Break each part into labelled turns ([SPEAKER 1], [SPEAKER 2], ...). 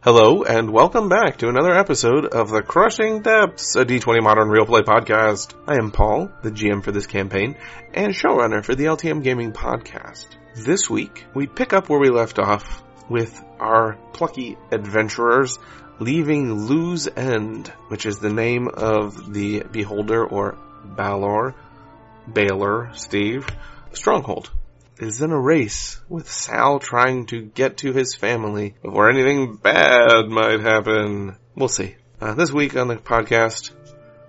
[SPEAKER 1] Hello, and welcome back to another episode of The Crushing Depths, a D20 Modern Real Play podcast. I am Paul, the GM for this campaign, and showrunner for the LTM Gaming podcast. This week, we pick up where we left off with our plucky adventurers leaving Lose End, which is the name of the Beholder or Balor, Baylor, Steve, stronghold is in a race with Sal trying to get to his family before anything bad might happen. We'll see. Uh, this week on the podcast,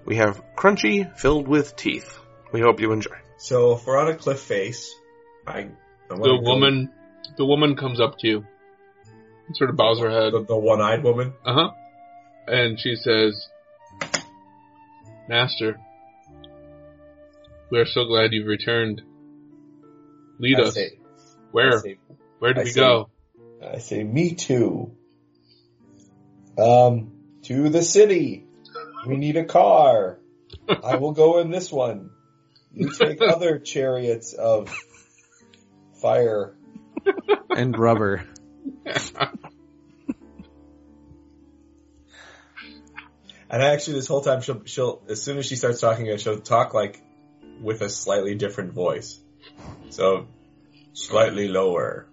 [SPEAKER 1] we have Crunchy filled with teeth. We hope you enjoy.
[SPEAKER 2] So if we're on a cliff face, I, I
[SPEAKER 3] The
[SPEAKER 2] wanna go-
[SPEAKER 3] woman, the woman comes up to you, and sort of bows her head.
[SPEAKER 2] the, the one-eyed woman.
[SPEAKER 3] Uh huh. And she says, "Master, we are so glad you've returned. Lead
[SPEAKER 2] I
[SPEAKER 3] us.
[SPEAKER 2] say- I
[SPEAKER 3] Where?
[SPEAKER 2] say,
[SPEAKER 3] Where do
[SPEAKER 2] I
[SPEAKER 3] we
[SPEAKER 2] say-
[SPEAKER 3] go?
[SPEAKER 2] I say, me too. Um, to the city. We need a car. I will go in this one. You take other chariots of fire.
[SPEAKER 4] and rubber.
[SPEAKER 2] And actually, this whole time, she'll, she'll as soon as she starts talking, she'll talk like with a slightly different voice. So, slightly lower,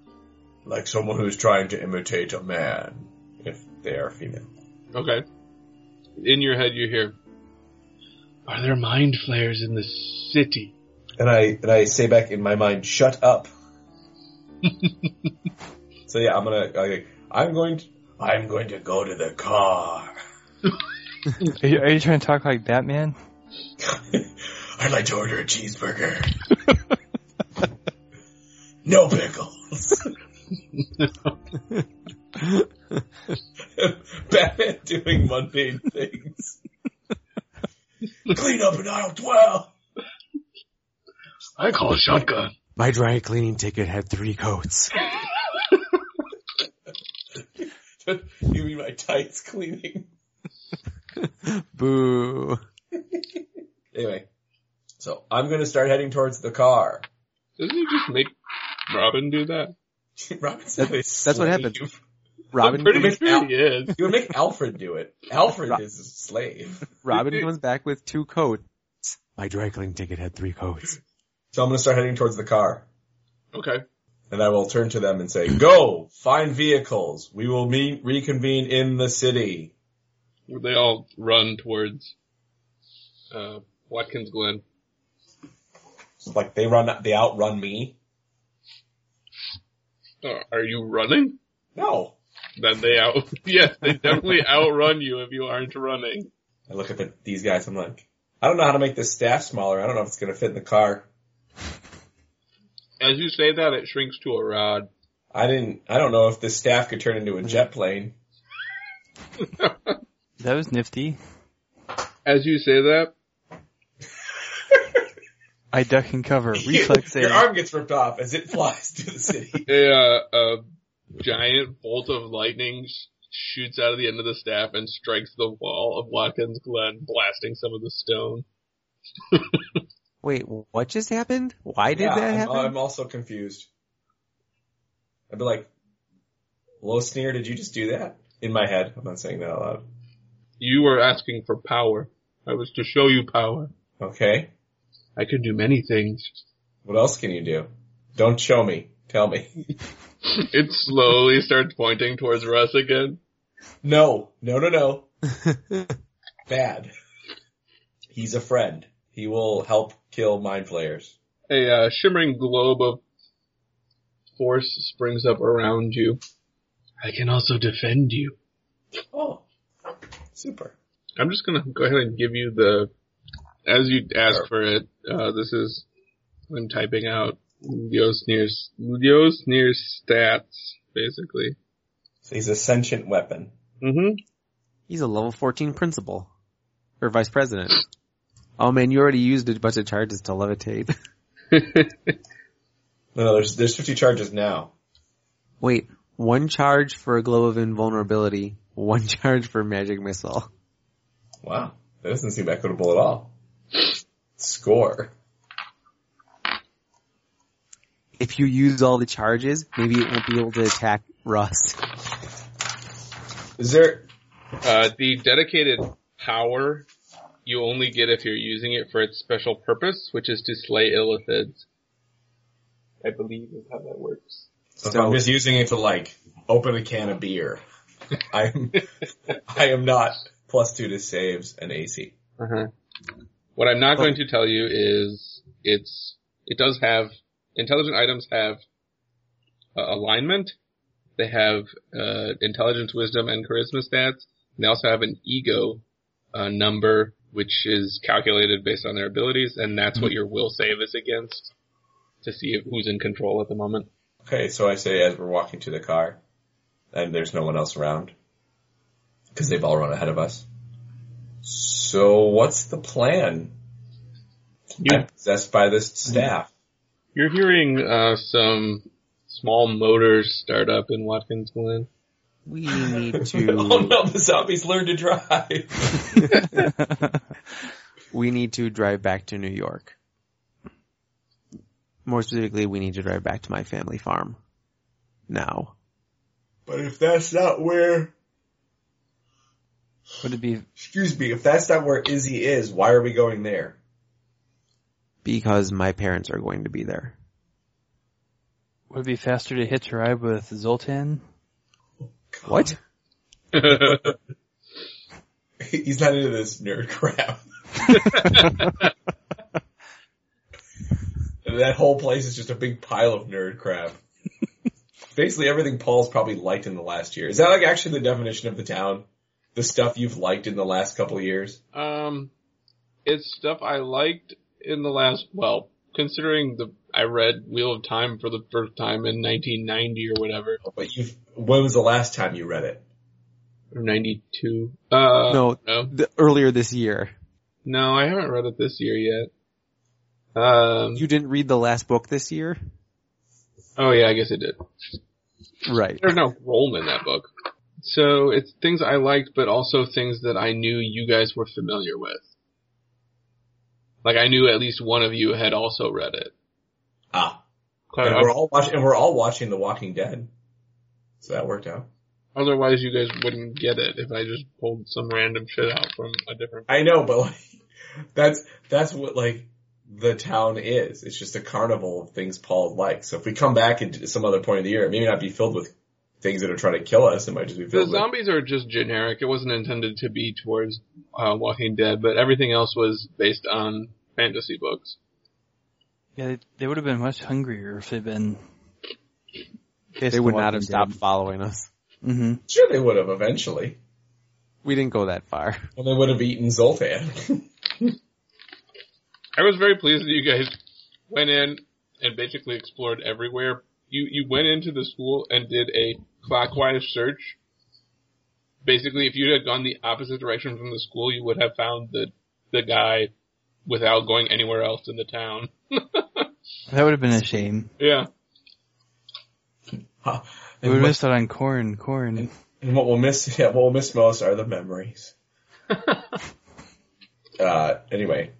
[SPEAKER 2] like someone who's trying to imitate a man, if they are female.
[SPEAKER 3] Okay. In your head, you hear, "Are there mind flayers in the city?"
[SPEAKER 2] And I and I say back in my mind, "Shut up." so yeah, I'm gonna. I, I'm going. To, I'm going to go to the car.
[SPEAKER 4] Are you, are you trying to talk like Batman?
[SPEAKER 2] I'd like to order a cheeseburger. no pickles. Batman doing mundane things. Clean up in aisle twelve.
[SPEAKER 3] I call a shotgun.
[SPEAKER 5] My dry cleaning ticket had three coats.
[SPEAKER 2] you mean my tights cleaning?
[SPEAKER 5] Boo.
[SPEAKER 2] Anyway, so I'm gonna start heading towards the car.
[SPEAKER 3] Doesn't he just make Robin do that?
[SPEAKER 2] Robin's
[SPEAKER 5] That-
[SPEAKER 2] always
[SPEAKER 5] that's what
[SPEAKER 2] slave.
[SPEAKER 5] happens.
[SPEAKER 2] You,
[SPEAKER 5] Robin,
[SPEAKER 3] I'm pretty
[SPEAKER 2] Hood.
[SPEAKER 3] sure he is.
[SPEAKER 2] you would make Alfred do it. Alfred
[SPEAKER 5] Ro-
[SPEAKER 2] is a slave.
[SPEAKER 5] Robin comes back with two coats. My dry cleaning ticket had three coats.
[SPEAKER 2] So I'm gonna start heading towards the car.
[SPEAKER 3] Okay.
[SPEAKER 2] And I will turn to them and say, go, find vehicles. We will meet, reconvene in the city.
[SPEAKER 3] They all run towards uh, Watkins Glen.
[SPEAKER 2] So, like they run, they outrun me.
[SPEAKER 3] Uh, are you running?
[SPEAKER 2] No.
[SPEAKER 3] Then they out. yes, they definitely outrun you if you aren't running.
[SPEAKER 2] I look at the, these guys, I'm like, I don't know how to make this staff smaller. I don't know if it's gonna fit in the car.
[SPEAKER 3] As you say that, it shrinks to a rod.
[SPEAKER 2] I didn't, I don't know if this staff could turn into a jet plane.
[SPEAKER 4] That was nifty.
[SPEAKER 3] As you say that,
[SPEAKER 4] I duck and cover. Reflex save.
[SPEAKER 2] Your arm gets ripped off as it flies to the city.
[SPEAKER 3] a, uh, a giant bolt of lightning sh- shoots out of the end of the staff and strikes the wall of Watkins Glen, blasting some of the stone.
[SPEAKER 5] Wait, what just happened? Why did
[SPEAKER 2] Yeah,
[SPEAKER 5] that
[SPEAKER 2] I'm,
[SPEAKER 5] happen?
[SPEAKER 2] I'm also confused. I'd be like, low sneer, did you just do that? In my head. I'm not saying that out loud.
[SPEAKER 3] You were asking for power. I was to show you power.
[SPEAKER 2] Okay.
[SPEAKER 3] I can do many things.
[SPEAKER 2] What else can you do? Don't show me. Tell me.
[SPEAKER 3] It slowly starts pointing towards Russ again.
[SPEAKER 2] No. No, no, no. Bad. He's a friend. He will help kill mind players.
[SPEAKER 3] a uh, shimmering globe of force springs up around you. I can also defend you.
[SPEAKER 2] Oh. Super.
[SPEAKER 3] I'm just gonna go ahead and give you the, as you asked for it, uh, this is, I'm typing out Leosnir's, Leosnir's stats, basically.
[SPEAKER 2] So he's a sentient weapon.
[SPEAKER 3] Mm-hmm.
[SPEAKER 5] He's a level 14 principal. Or vice president. Oh man, you already used a bunch of charges to levitate.
[SPEAKER 2] No, no, there's, there's 50 charges now.
[SPEAKER 5] Wait, one charge for a glow of invulnerability, one charge for magic missile.
[SPEAKER 2] Wow. That doesn't seem equitable at all. Score.
[SPEAKER 5] If you use all the charges, maybe it won't be able to attack Russ.
[SPEAKER 2] Is there?
[SPEAKER 3] Uh, the dedicated power you only get if you're using it for its special purpose, which is to slay illithids. I believe is how that works.
[SPEAKER 2] So if
[SPEAKER 5] So-
[SPEAKER 2] I'm just using it to like open a can of beer. I'm I am not plus two to saves and AC.
[SPEAKER 3] Uh-huh. What I'm not going to tell you is it's it does have intelligent items have uh, alignment. They have uh, intelligence, wisdom, and charisma stats. And they also have an ego uh, number, which is calculated based on their abilities, and that's what your will save is against to see if, who's in control at the moment.
[SPEAKER 2] Okay, so I say as we're walking to the car, and there's no one else around because they've all run ahead of us. So what's the plan?
[SPEAKER 3] You
[SPEAKER 2] I'm possessed by this staff.
[SPEAKER 3] You're hearing uh, some small motors start up in Watkins Glen.
[SPEAKER 5] We need
[SPEAKER 2] Oh
[SPEAKER 5] to
[SPEAKER 2] no, the zombies learn to drive.
[SPEAKER 5] we need to drive back to New York. More specifically, we need to drive back to my family farm. Now.
[SPEAKER 2] But if that's not where,
[SPEAKER 4] Would it be?
[SPEAKER 2] excuse me, if that's not where Izzy is, why are we going there?
[SPEAKER 5] Because my parents are going to be there.
[SPEAKER 4] Would it be faster to hitch a ride with Zoltan?
[SPEAKER 5] What?
[SPEAKER 2] He's not into this nerd crap. that whole place is just a big pile of nerd crap. Basically everything Paul's probably liked in the last year. Is that like actually the definition of the town? The stuff you've liked in the last couple of years?
[SPEAKER 3] um, it's stuff I liked in the last. Well, considering the I read Wheel of Time for the first time in 1990 or whatever,
[SPEAKER 2] But you've, when was the last time you read it?
[SPEAKER 3] or 92. Uh,
[SPEAKER 5] No.
[SPEAKER 3] no,
[SPEAKER 5] The, earlier this year.
[SPEAKER 3] no, I haven't read it this year yet. Um,
[SPEAKER 5] You didn't read the last book this year?
[SPEAKER 3] oh yeah, I guess I did.
[SPEAKER 5] Right.
[SPEAKER 3] There's no role in that book. So it's things I liked, but also things that I knew you guys were familiar with. Like I knew at least one of you had also read it.
[SPEAKER 2] Ah. And we're
[SPEAKER 3] Otherwise,
[SPEAKER 2] all watching, and we're all watching The Walking Dead. So that worked out.
[SPEAKER 3] otherwise you guys wouldn't get it if I just pulled some random shit out from a different.
[SPEAKER 2] I know, but like that's that's what like the town is. It's just a carnival of things Paul likes. So if we come back at some other point of the year, it may not be filled with things that are trying to kill us. It might just be
[SPEAKER 3] The
[SPEAKER 2] filled with
[SPEAKER 3] zombies are just generic. It wasn't intended to be towards uh, Walking Dead, but everything else was based on fantasy books.
[SPEAKER 4] Yeah, they, they would have been much hungrier if they'd been.
[SPEAKER 5] They would not have stopped following us.
[SPEAKER 4] Mm-hmm.
[SPEAKER 2] sure they would have eventually.
[SPEAKER 5] We didn't go that far.
[SPEAKER 2] Well, they would have eaten Zoltan.
[SPEAKER 3] I was very pleased that you guys went in and basically explored everywhere. You you went into the school and did a clockwise search. Basically, if you had gone the opposite direction from the school, you would have found the the guy without going anywhere else in the town.
[SPEAKER 4] That would have been a shame.
[SPEAKER 3] Yeah.
[SPEAKER 2] and,
[SPEAKER 4] They would have
[SPEAKER 2] what,
[SPEAKER 4] missed out on corn. Corn.
[SPEAKER 2] and what we'll miss, yeah, what we'll miss most are the memories. uh, anyway.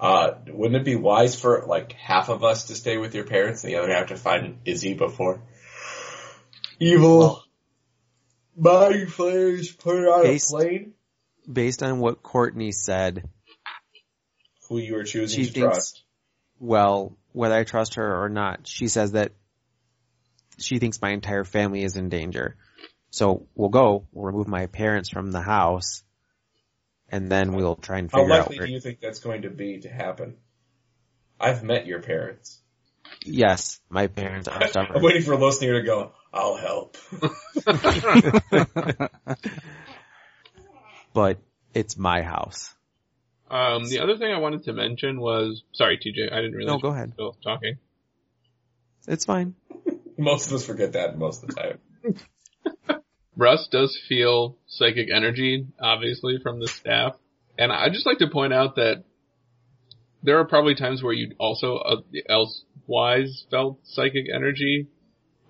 [SPEAKER 2] Uh, wouldn't it be wise for like half of us to stay with your parents and the other half to find Izzy before evil mind flayers put it on
[SPEAKER 5] Based-
[SPEAKER 2] a plane?
[SPEAKER 5] Based on what Courtney said,
[SPEAKER 2] Who you were choosing
[SPEAKER 5] She
[SPEAKER 2] to
[SPEAKER 5] thinks-
[SPEAKER 2] trust?
[SPEAKER 5] well, whether I trust her or not, she says that she thinks my entire family is in danger. So we'll go, we'll remove my parents from the house, and then we'll try and
[SPEAKER 2] How
[SPEAKER 5] figure out
[SPEAKER 2] likely
[SPEAKER 5] where.
[SPEAKER 2] do you think that's going to be to happen? I've met your parents.
[SPEAKER 5] Yes, my parents are
[SPEAKER 2] I'm
[SPEAKER 5] stubborn.
[SPEAKER 2] waiting for Losnier to go. I'll help.
[SPEAKER 5] but it's my house.
[SPEAKER 3] Um, the other thing I wanted to mention was sorry, TJ, I didn't realize
[SPEAKER 5] No, go ahead.
[SPEAKER 3] you were still talking.
[SPEAKER 5] It's fine.
[SPEAKER 2] Most of us forget that most of the time.
[SPEAKER 3] Russ does feel psychic energy, obviously, from the staff. And I'd just like to point out that there are probably times where you also uh, elsewise felt psychic energy,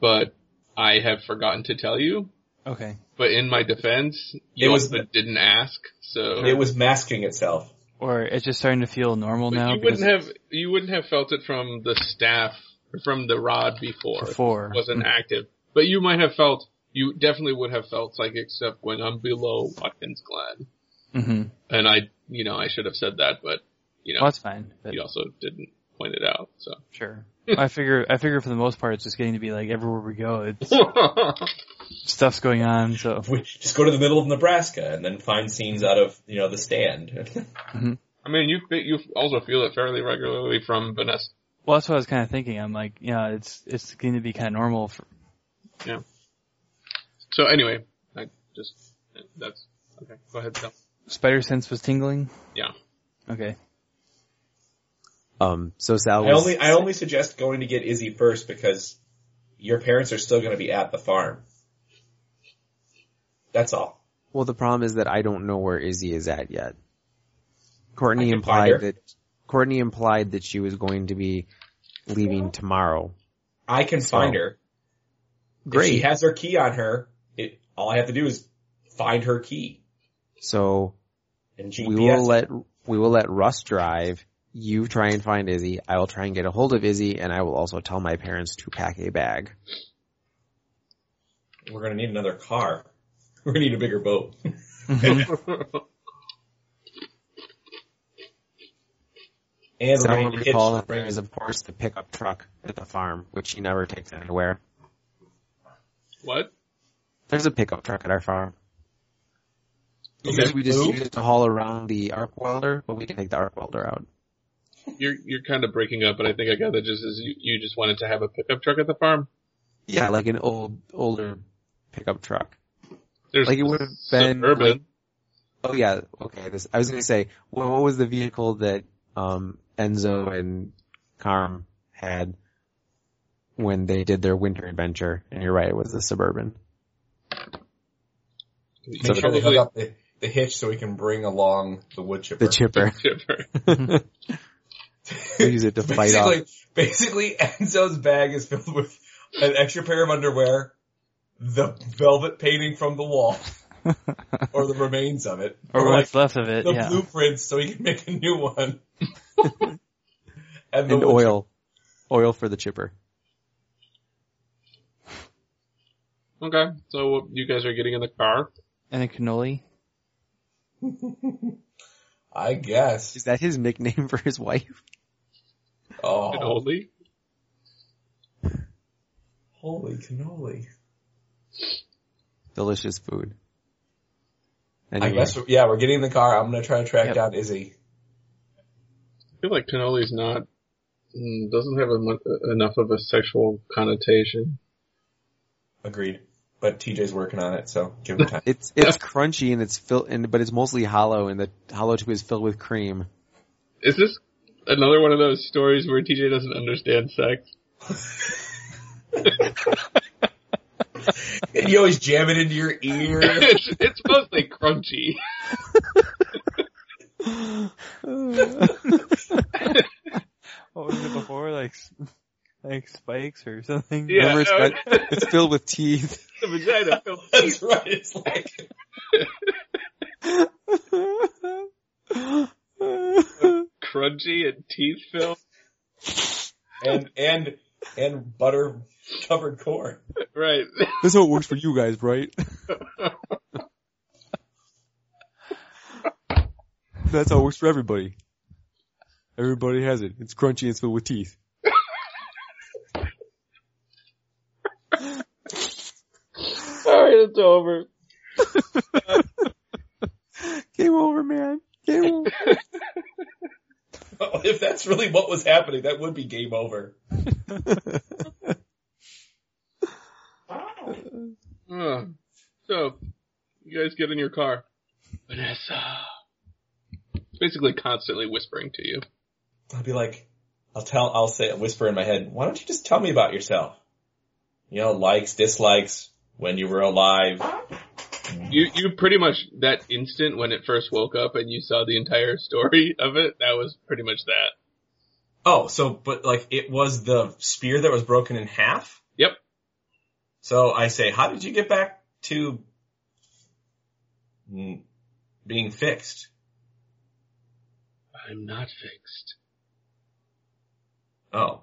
[SPEAKER 3] but I have forgotten to tell you.
[SPEAKER 4] Okay.
[SPEAKER 3] But in my defense, you
[SPEAKER 2] It was-
[SPEAKER 3] also didn't ask, so
[SPEAKER 2] It was masking itself.
[SPEAKER 4] Or it's just starting to feel normal
[SPEAKER 3] But
[SPEAKER 4] now.
[SPEAKER 3] you
[SPEAKER 4] because
[SPEAKER 3] wouldn't have you wouldn't have felt it from the staff or from the rod before.
[SPEAKER 4] Before.
[SPEAKER 3] It wasn't active, but you might have felt you definitely would have felt psychic stuff when I'm below Watkins Glen.
[SPEAKER 4] Mm-hmm.
[SPEAKER 3] And I, you know, I should have said that, but, you know,
[SPEAKER 4] Well, that's fine. But
[SPEAKER 3] he also didn't point it out, so.
[SPEAKER 4] sure. I figure. I figure for the most part, it's just getting to be like everywhere we go, it's, stuff's going on. So
[SPEAKER 2] We just go to the middle of Nebraska and then find scenes out of you know the stand.
[SPEAKER 3] I mean, you, you also feel it fairly regularly from Vanessa.
[SPEAKER 4] Well, that's what I was kind of thinking. I'm like, yeah, it's it's going to be kind of normal. For,
[SPEAKER 3] So anyway, I just, that's, okay, go ahead, Sal.
[SPEAKER 4] Spider sense was tingling.
[SPEAKER 3] Yeah.
[SPEAKER 4] Okay.
[SPEAKER 5] Um, so Sal
[SPEAKER 2] I
[SPEAKER 5] was,
[SPEAKER 2] only I only suggest going to get Izzy first because your parents are still going to be at the farm. That's all.
[SPEAKER 5] well, the problem is that I don't know where Izzy is at yet.
[SPEAKER 2] I
[SPEAKER 5] Courtney
[SPEAKER 2] can find her.
[SPEAKER 5] implied that, Courtney implied that she was going to be leaving tomorrow.
[SPEAKER 2] I can find
[SPEAKER 5] So-
[SPEAKER 2] her. If she
[SPEAKER 5] Great.
[SPEAKER 2] has her key on her. It, all I have to do is find her key
[SPEAKER 5] so
[SPEAKER 2] and
[SPEAKER 5] we
[SPEAKER 2] GPS.
[SPEAKER 5] will let we will let Russ drive. You try and find Izzy. I will try and get a hold of Izzy, and I will also tell my parents to pack a bag.
[SPEAKER 2] We're going to need another car. We're going to need a bigger boat. And we're
[SPEAKER 5] So
[SPEAKER 2] going to need
[SPEAKER 5] recall
[SPEAKER 2] hitched.
[SPEAKER 5] that there is, of course, the pickup truck at the farm, which he never takes anywhere.
[SPEAKER 3] What?
[SPEAKER 5] There's a pickup truck at our farm.
[SPEAKER 3] Okay.
[SPEAKER 5] Usually we just
[SPEAKER 3] Who?
[SPEAKER 5] use it to haul around the arc welder, but we can take the arc welder out.
[SPEAKER 3] You're, you're kind of breaking up, but I think I got that just as you, you just wanted to have a pickup truck at the farm.
[SPEAKER 5] Yeah, like an old older pickup truck.
[SPEAKER 3] There's
[SPEAKER 5] Like it would have been
[SPEAKER 3] suburban.
[SPEAKER 5] like- Oh yeah, okay. This I was gonna say. Well, what was the vehicle that um, Enzo and Carm had when they did their winter adventure? And you're right, it was the suburban.
[SPEAKER 2] Make sure they hook up the, the hitch so we can bring along the wood chipper.
[SPEAKER 5] The chipper.
[SPEAKER 3] Chipper.
[SPEAKER 5] we use it to fight off.
[SPEAKER 2] basically, basically, Enzo's bag is filled with an extra pair of underwear, the velvet painting from the wall, or the remains of it,
[SPEAKER 4] Or
[SPEAKER 2] or like
[SPEAKER 4] what's left of it.
[SPEAKER 2] the
[SPEAKER 4] yeah.
[SPEAKER 2] blueprints so he can make a new one, and the wood
[SPEAKER 5] and oil, oil for the chipper.
[SPEAKER 3] Okay, so you guys are getting in the car.
[SPEAKER 4] And a cannoli.
[SPEAKER 2] chipper. I guess.
[SPEAKER 5] Is that his nickname for his wife?
[SPEAKER 3] And
[SPEAKER 2] Oh,
[SPEAKER 3] Oldie?
[SPEAKER 2] holy cannoli!
[SPEAKER 5] Delicious food.
[SPEAKER 2] I
[SPEAKER 5] Anyway,
[SPEAKER 2] guess. Yeah, we're getting in the car. I'm gonna try to track
[SPEAKER 4] Yep.
[SPEAKER 2] down Izzy.
[SPEAKER 3] I feel like cannoli's not mm, doesn't have a, mon- enough of a sexual connotation.
[SPEAKER 2] Agreed. But TJ's working on it, so give him time.
[SPEAKER 5] it's it's crunchy and it's filled, and but it's mostly hollow, and the hollow tube is filled with cream.
[SPEAKER 3] Is this another one of those stories where TJ doesn't understand sex?
[SPEAKER 2] and you always jam it into your ear.
[SPEAKER 3] it's, it's mostly crunchy.
[SPEAKER 4] What was it before? Like s- like spikes or something.
[SPEAKER 3] Yeah,
[SPEAKER 5] Remember, it's,
[SPEAKER 3] no,
[SPEAKER 5] got, it's filled with teeth.
[SPEAKER 3] the vagina.
[SPEAKER 2] That's right. It's like
[SPEAKER 3] crunchy and teeth filled.
[SPEAKER 2] and and and butter covered corn.
[SPEAKER 3] Right.
[SPEAKER 5] That's how it works for you guys, right? That's how it works for everybody. Everybody has it. It's crunchy and it's filled with teeth.
[SPEAKER 3] All right, it's over.
[SPEAKER 5] Game over, man. Game over.
[SPEAKER 2] If that's really what was happening, that would be game over.
[SPEAKER 3] Uh, so, you guys get in your car. Vanessa. It's basically constantly whispering to you.
[SPEAKER 2] I'd be like, I'll tell, I'll say, whisper in my head, why don't you just tell me about yourself? You know, likes, dislikes, when you were alive.
[SPEAKER 3] You you pretty much that instant when it first woke up and you saw the entire story of it. That was pretty much that.
[SPEAKER 2] Oh, so, but like, it was the spear that was broken in half?
[SPEAKER 3] Yep.
[SPEAKER 2] So I say, how did you get back to mm, being fixed?
[SPEAKER 3] I'm not fixed.
[SPEAKER 2] Oh.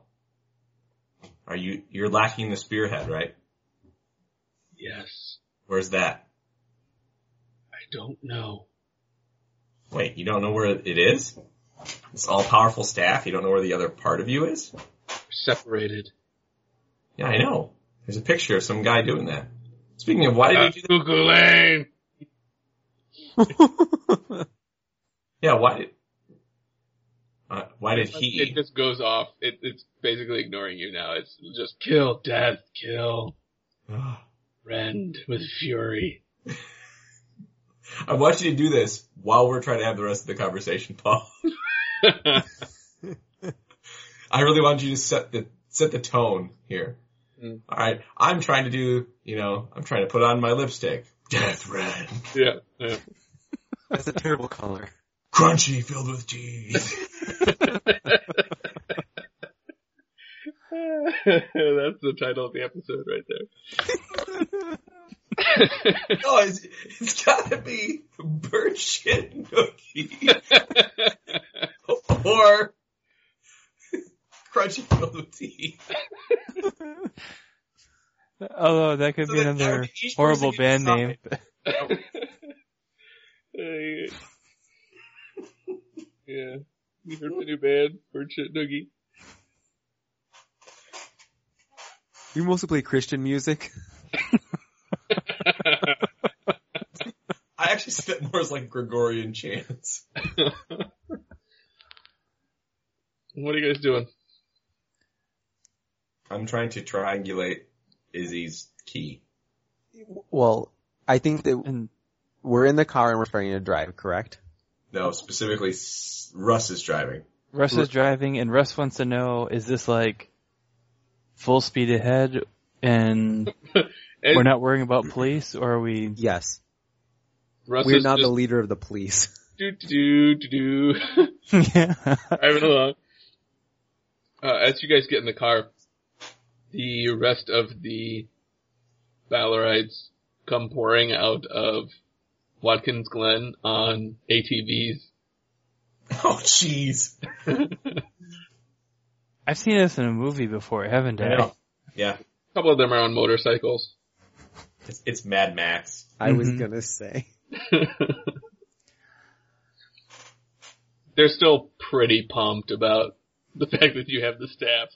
[SPEAKER 2] Are you, you're lacking the spearhead, right?
[SPEAKER 3] Yes.
[SPEAKER 2] Where's that?
[SPEAKER 3] I don't know.
[SPEAKER 2] Wait, you don't know where it is? This all powerful staff, you don't know where the other part of you is?
[SPEAKER 3] We're separated.
[SPEAKER 2] Yeah, I know. There's a picture of some guy doing that. Speaking of, why did he do that?
[SPEAKER 3] Google Lane.
[SPEAKER 2] Yeah, why did, uh, why did
[SPEAKER 3] It
[SPEAKER 2] he?
[SPEAKER 3] just goes off. It, it's basically ignoring you now. It's just kill, death, kill, rend with fury.
[SPEAKER 2] I'm watching you do this while we're trying to have the rest of the conversation, Paul. I really wanted you to set the set the tone here.
[SPEAKER 3] Mm.
[SPEAKER 2] All right, I'm trying to do, you know, I'm trying to put on my lipstick. Death red,
[SPEAKER 3] yeah, yeah.
[SPEAKER 5] That's a terrible color.
[SPEAKER 2] crunchy, filled with cheese.
[SPEAKER 3] That's the title of the episode right there.
[SPEAKER 2] no, it's, it's gotta be bird shit nookie or crunchy filled with cheese.
[SPEAKER 4] Although that could
[SPEAKER 2] So
[SPEAKER 4] be
[SPEAKER 2] that
[SPEAKER 4] another
[SPEAKER 2] each person
[SPEAKER 4] horrible
[SPEAKER 2] can
[SPEAKER 4] band
[SPEAKER 2] decide.
[SPEAKER 4] name.
[SPEAKER 3] Uh, yeah. You heard my new band, Bird Shit Noogie.
[SPEAKER 5] You mostly play Christian music.
[SPEAKER 2] I actually see that more as like Gregorian chants.
[SPEAKER 3] what are you guys doing?
[SPEAKER 2] I'm trying to triangulate Izzy's key.
[SPEAKER 5] Well, I think that
[SPEAKER 4] And
[SPEAKER 5] we're in the car and we're starting to drive, correct?
[SPEAKER 2] No, specifically S- Russ is driving.
[SPEAKER 4] Russ is driving, and Russ wants to know: Is this like full speed ahead, and
[SPEAKER 3] And
[SPEAKER 4] we're not worrying about police, or are we?
[SPEAKER 5] Yes.
[SPEAKER 3] Russ
[SPEAKER 5] we're
[SPEAKER 3] is
[SPEAKER 5] not the
[SPEAKER 3] just
[SPEAKER 5] leader of the police.
[SPEAKER 3] do do do do do
[SPEAKER 4] yeah.
[SPEAKER 3] driving along. Uh, as you guys get in the car, the rest of the Valorites come pouring out of Watkins Glen on ATVs.
[SPEAKER 2] Oh jeez.
[SPEAKER 4] I've seen this in a movie before, haven't I?
[SPEAKER 2] Yeah,
[SPEAKER 3] A couple of them are on motorcycles.
[SPEAKER 2] it's, it's Mad Max.
[SPEAKER 5] I was
[SPEAKER 4] Mhm.
[SPEAKER 5] gonna say.
[SPEAKER 3] They're still pretty pumped about the fact that you have the staff.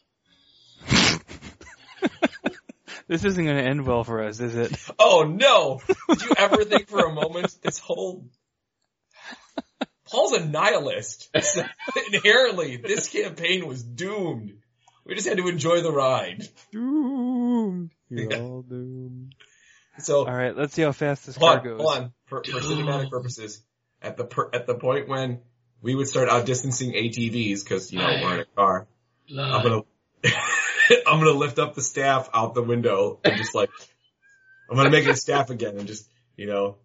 [SPEAKER 4] This isn't going to end well for us, is it?
[SPEAKER 2] Oh no! Did you ever think for a moment this whole Paul's a nihilist. Inherently, this campaign was doomed. We just had to enjoy the ride.
[SPEAKER 5] Doomed.
[SPEAKER 2] You're Yeah.
[SPEAKER 5] all doomed.
[SPEAKER 2] So
[SPEAKER 4] All right, let's see how fast this
[SPEAKER 2] hold
[SPEAKER 4] car
[SPEAKER 2] on,
[SPEAKER 4] goes.
[SPEAKER 2] hold on. For, for cinematic purposes, at the per, at the point when we would start outdistancing ATVs because you know we're in a car, I'm gonna I'm gonna lift up the staff out the window and just like I'm gonna make it a staff again and just you know,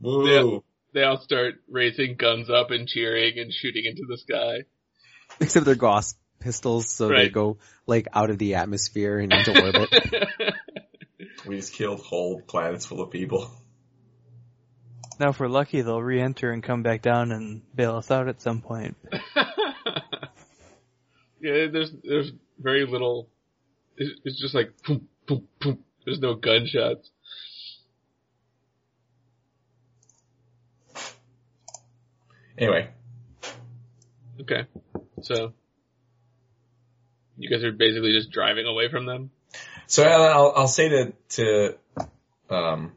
[SPEAKER 2] woo.
[SPEAKER 3] Yeah. They all start raising guns up and cheering and shooting into the sky.
[SPEAKER 5] Except they're Gauss pistols, so they
[SPEAKER 3] Right.
[SPEAKER 5] go like out of the atmosphere and into orbit.
[SPEAKER 2] We just killed whole planets full of people.
[SPEAKER 4] Now, if we're lucky, they'll re-enter and come back down and bail us out at some point.
[SPEAKER 3] yeah, there's there's very little. It's, it's just like poop, poop, poop. There's no gunshots.
[SPEAKER 2] Anyway,
[SPEAKER 3] Okay, so you guys are basically just driving away from them.
[SPEAKER 2] so Alan, I'll, I'll say to to um,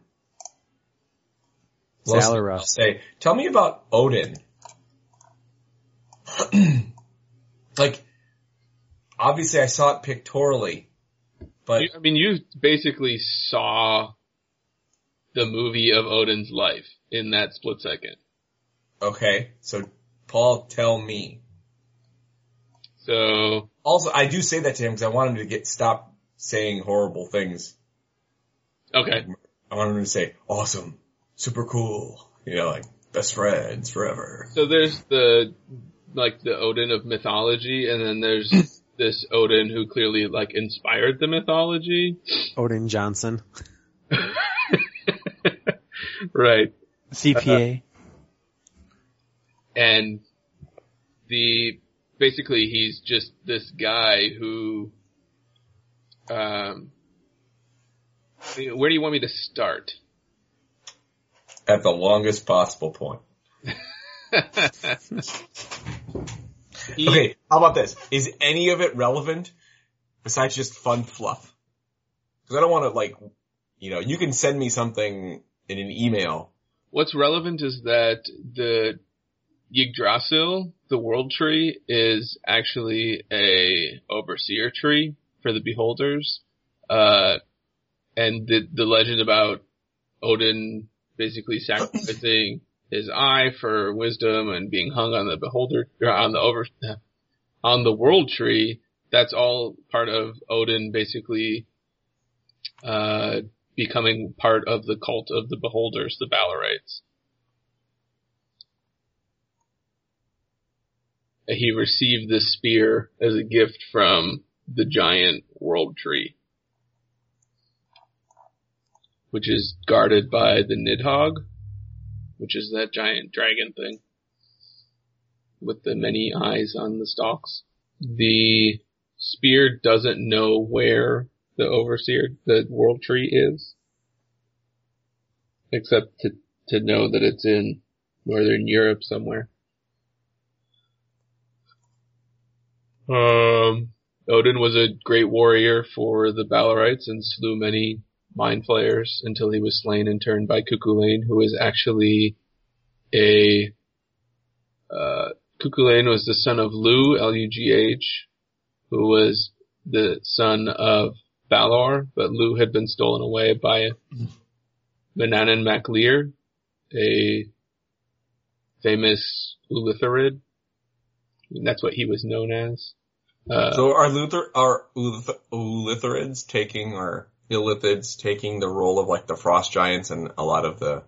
[SPEAKER 2] Leslie,
[SPEAKER 5] Salaros.
[SPEAKER 2] I'll say, tell me about Odin. like, obviously, I saw it pictorially, but
[SPEAKER 3] You- I mean, you basically saw the movie of Odin's life in that split second.
[SPEAKER 2] okay. So, Paul, tell me.
[SPEAKER 3] So
[SPEAKER 2] Also, I do say that to him because I want him to get stop saying horrible things.
[SPEAKER 3] okay,
[SPEAKER 2] I want him to say awesome, super cool, you know, like best friends forever.
[SPEAKER 3] So there's the like the Odin of mythology, and then there's this Odin who clearly like inspired the mythology.
[SPEAKER 5] Odin Johnson.
[SPEAKER 3] Right.
[SPEAKER 4] CPA.
[SPEAKER 3] And the basically he's just this guy who um Where do you want me to start?
[SPEAKER 2] at the longest possible point.
[SPEAKER 3] He-
[SPEAKER 2] Okay, how about this? Is any of it relevant besides just fun fluff? Because I don't want to like, you know, you can send me something in an email.
[SPEAKER 3] What's relevant is that the Yggdrasil, the world tree, is actually a overseer tree for the beholders. Uh, and the, the legend about Odin basically sacrificing his eye for wisdom and being hung on the beholder, or on the over, on the world tree, that's all part of Odin basically, uh, becoming part of the cult of the beholders, the Balorites. He received this spear as a gift from the giant world tree, which is guarded by the Nidhogg, which is that giant dragon thing with the many eyes on the stalks. The spear doesn't know where the overseer, the world tree is, except to, to know that it's in northern Europe somewhere. Um, Odin was a great warrior for the Balorites and slew many mind flayers until he was slain in turn by Cuculain, who is actually a uh, Cuculain was the son of Lu, L-U-G-H, who was the son of Balor, but Lu had been stolen away by Manannan MacLear, a famous Ulitharid. And that's what he was known as. Uh,
[SPEAKER 2] so are Luther, are Ulith- Ulitharids taking or Illithids taking the role of like the frost giants and a lot of the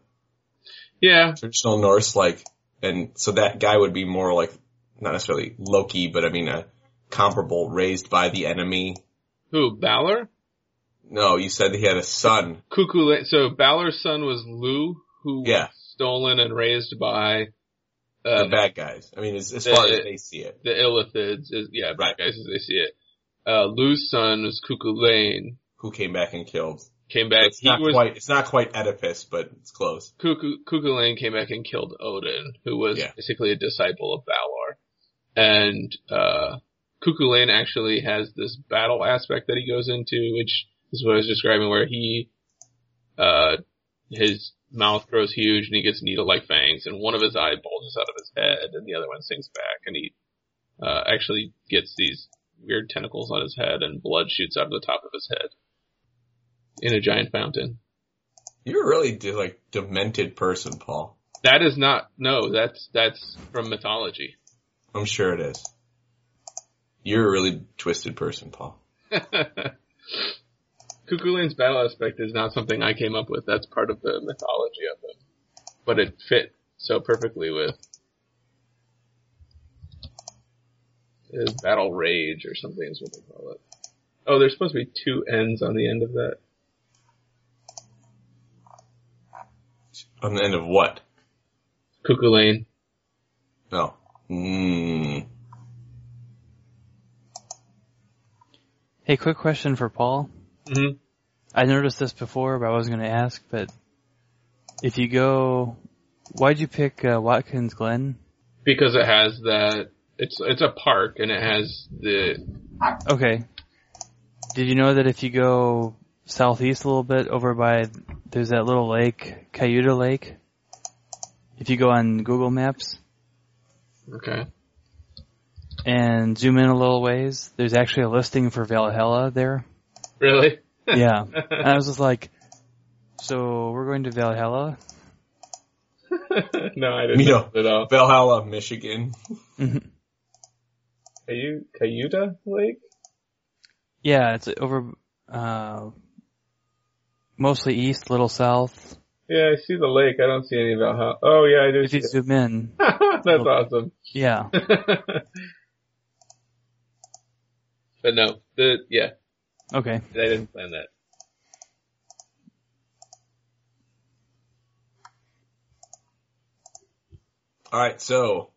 [SPEAKER 3] yeah,
[SPEAKER 2] traditional Norse like, and so that guy would be more like, not necessarily Loki, but I mean a comparable raised by the enemy.
[SPEAKER 3] who Balor?
[SPEAKER 2] No, you said he had a son.
[SPEAKER 3] Cuculain. So Balor's son was Lu, who
[SPEAKER 2] Yeah.
[SPEAKER 3] was stolen and raised by uh,
[SPEAKER 2] the bad guys. I mean, as, as far
[SPEAKER 3] the-
[SPEAKER 2] as they see it.
[SPEAKER 3] the Illithids. Is, yeah,
[SPEAKER 2] Right.
[SPEAKER 3] bad guys as they see it. Uh, Lu's son was Cuculain.
[SPEAKER 2] Who came back and killed?
[SPEAKER 3] Came back.
[SPEAKER 2] It's not
[SPEAKER 3] was
[SPEAKER 2] quite. It's not quite Oedipus, but it's close.
[SPEAKER 3] Cucu- Cuculain came back and killed Odin, who was
[SPEAKER 2] Yeah.
[SPEAKER 3] basically a disciple of Balor. And uh, Cuculain actually has this battle aspect that he goes into, which is what I was describing, where he, uh, his mouth grows huge and he gets needle-like fangs, and one of his eye bulges out of his head, and the other one sinks back, and he uh, actually gets these weird tentacles on his head, and blood shoots out of the top of his head in a giant fountain.
[SPEAKER 2] You're a really de- like demented person, Paul.
[SPEAKER 3] That is not no. That's that's from mythology.
[SPEAKER 2] I'm sure it is. You're a really twisted person, Paul.
[SPEAKER 3] Cuculain's battle aspect is not something I came up with. That's part of the mythology of them, but it fit so perfectly with his battle rage or something is what they call it. Oh, there's supposed to be two ends on the end of that.
[SPEAKER 2] On the end of what?
[SPEAKER 3] Cuculain.
[SPEAKER 2] No. Mm.
[SPEAKER 4] Hey, quick question for Paul.
[SPEAKER 3] Mm-hmm.
[SPEAKER 4] I noticed this before, but I wasn't going to ask. But if you go, why'd you pick uh, Watkins Glen?
[SPEAKER 3] Because it has that. It's it's a park and it has the
[SPEAKER 4] Okay. Did you know that if you go southeast a little bit over by, there's that little lake, Cayuta Lake? If you go on Google Maps
[SPEAKER 3] okay.
[SPEAKER 4] and zoom in a little ways, there's actually a listing for Valhalla there.
[SPEAKER 3] Really?
[SPEAKER 4] Yeah. and I was just like, so we're going to Valhalla?
[SPEAKER 3] no, I didn't.
[SPEAKER 2] Mito.
[SPEAKER 3] know At all.
[SPEAKER 2] Valhalla, Michigan.
[SPEAKER 4] Mm-hmm.
[SPEAKER 3] Cayu- Cayuta Lake?
[SPEAKER 4] Yeah, it's over, uh, mostly east, little south.
[SPEAKER 3] Yeah, I see the lake. I don't see any about how. Oh yeah, I do.
[SPEAKER 4] If
[SPEAKER 3] See
[SPEAKER 4] you
[SPEAKER 3] it.
[SPEAKER 4] zoom in,
[SPEAKER 3] That's awesome.
[SPEAKER 4] yeah.
[SPEAKER 3] but no, the yeah,
[SPEAKER 4] Okay.
[SPEAKER 3] I didn't plan that.
[SPEAKER 2] All right, so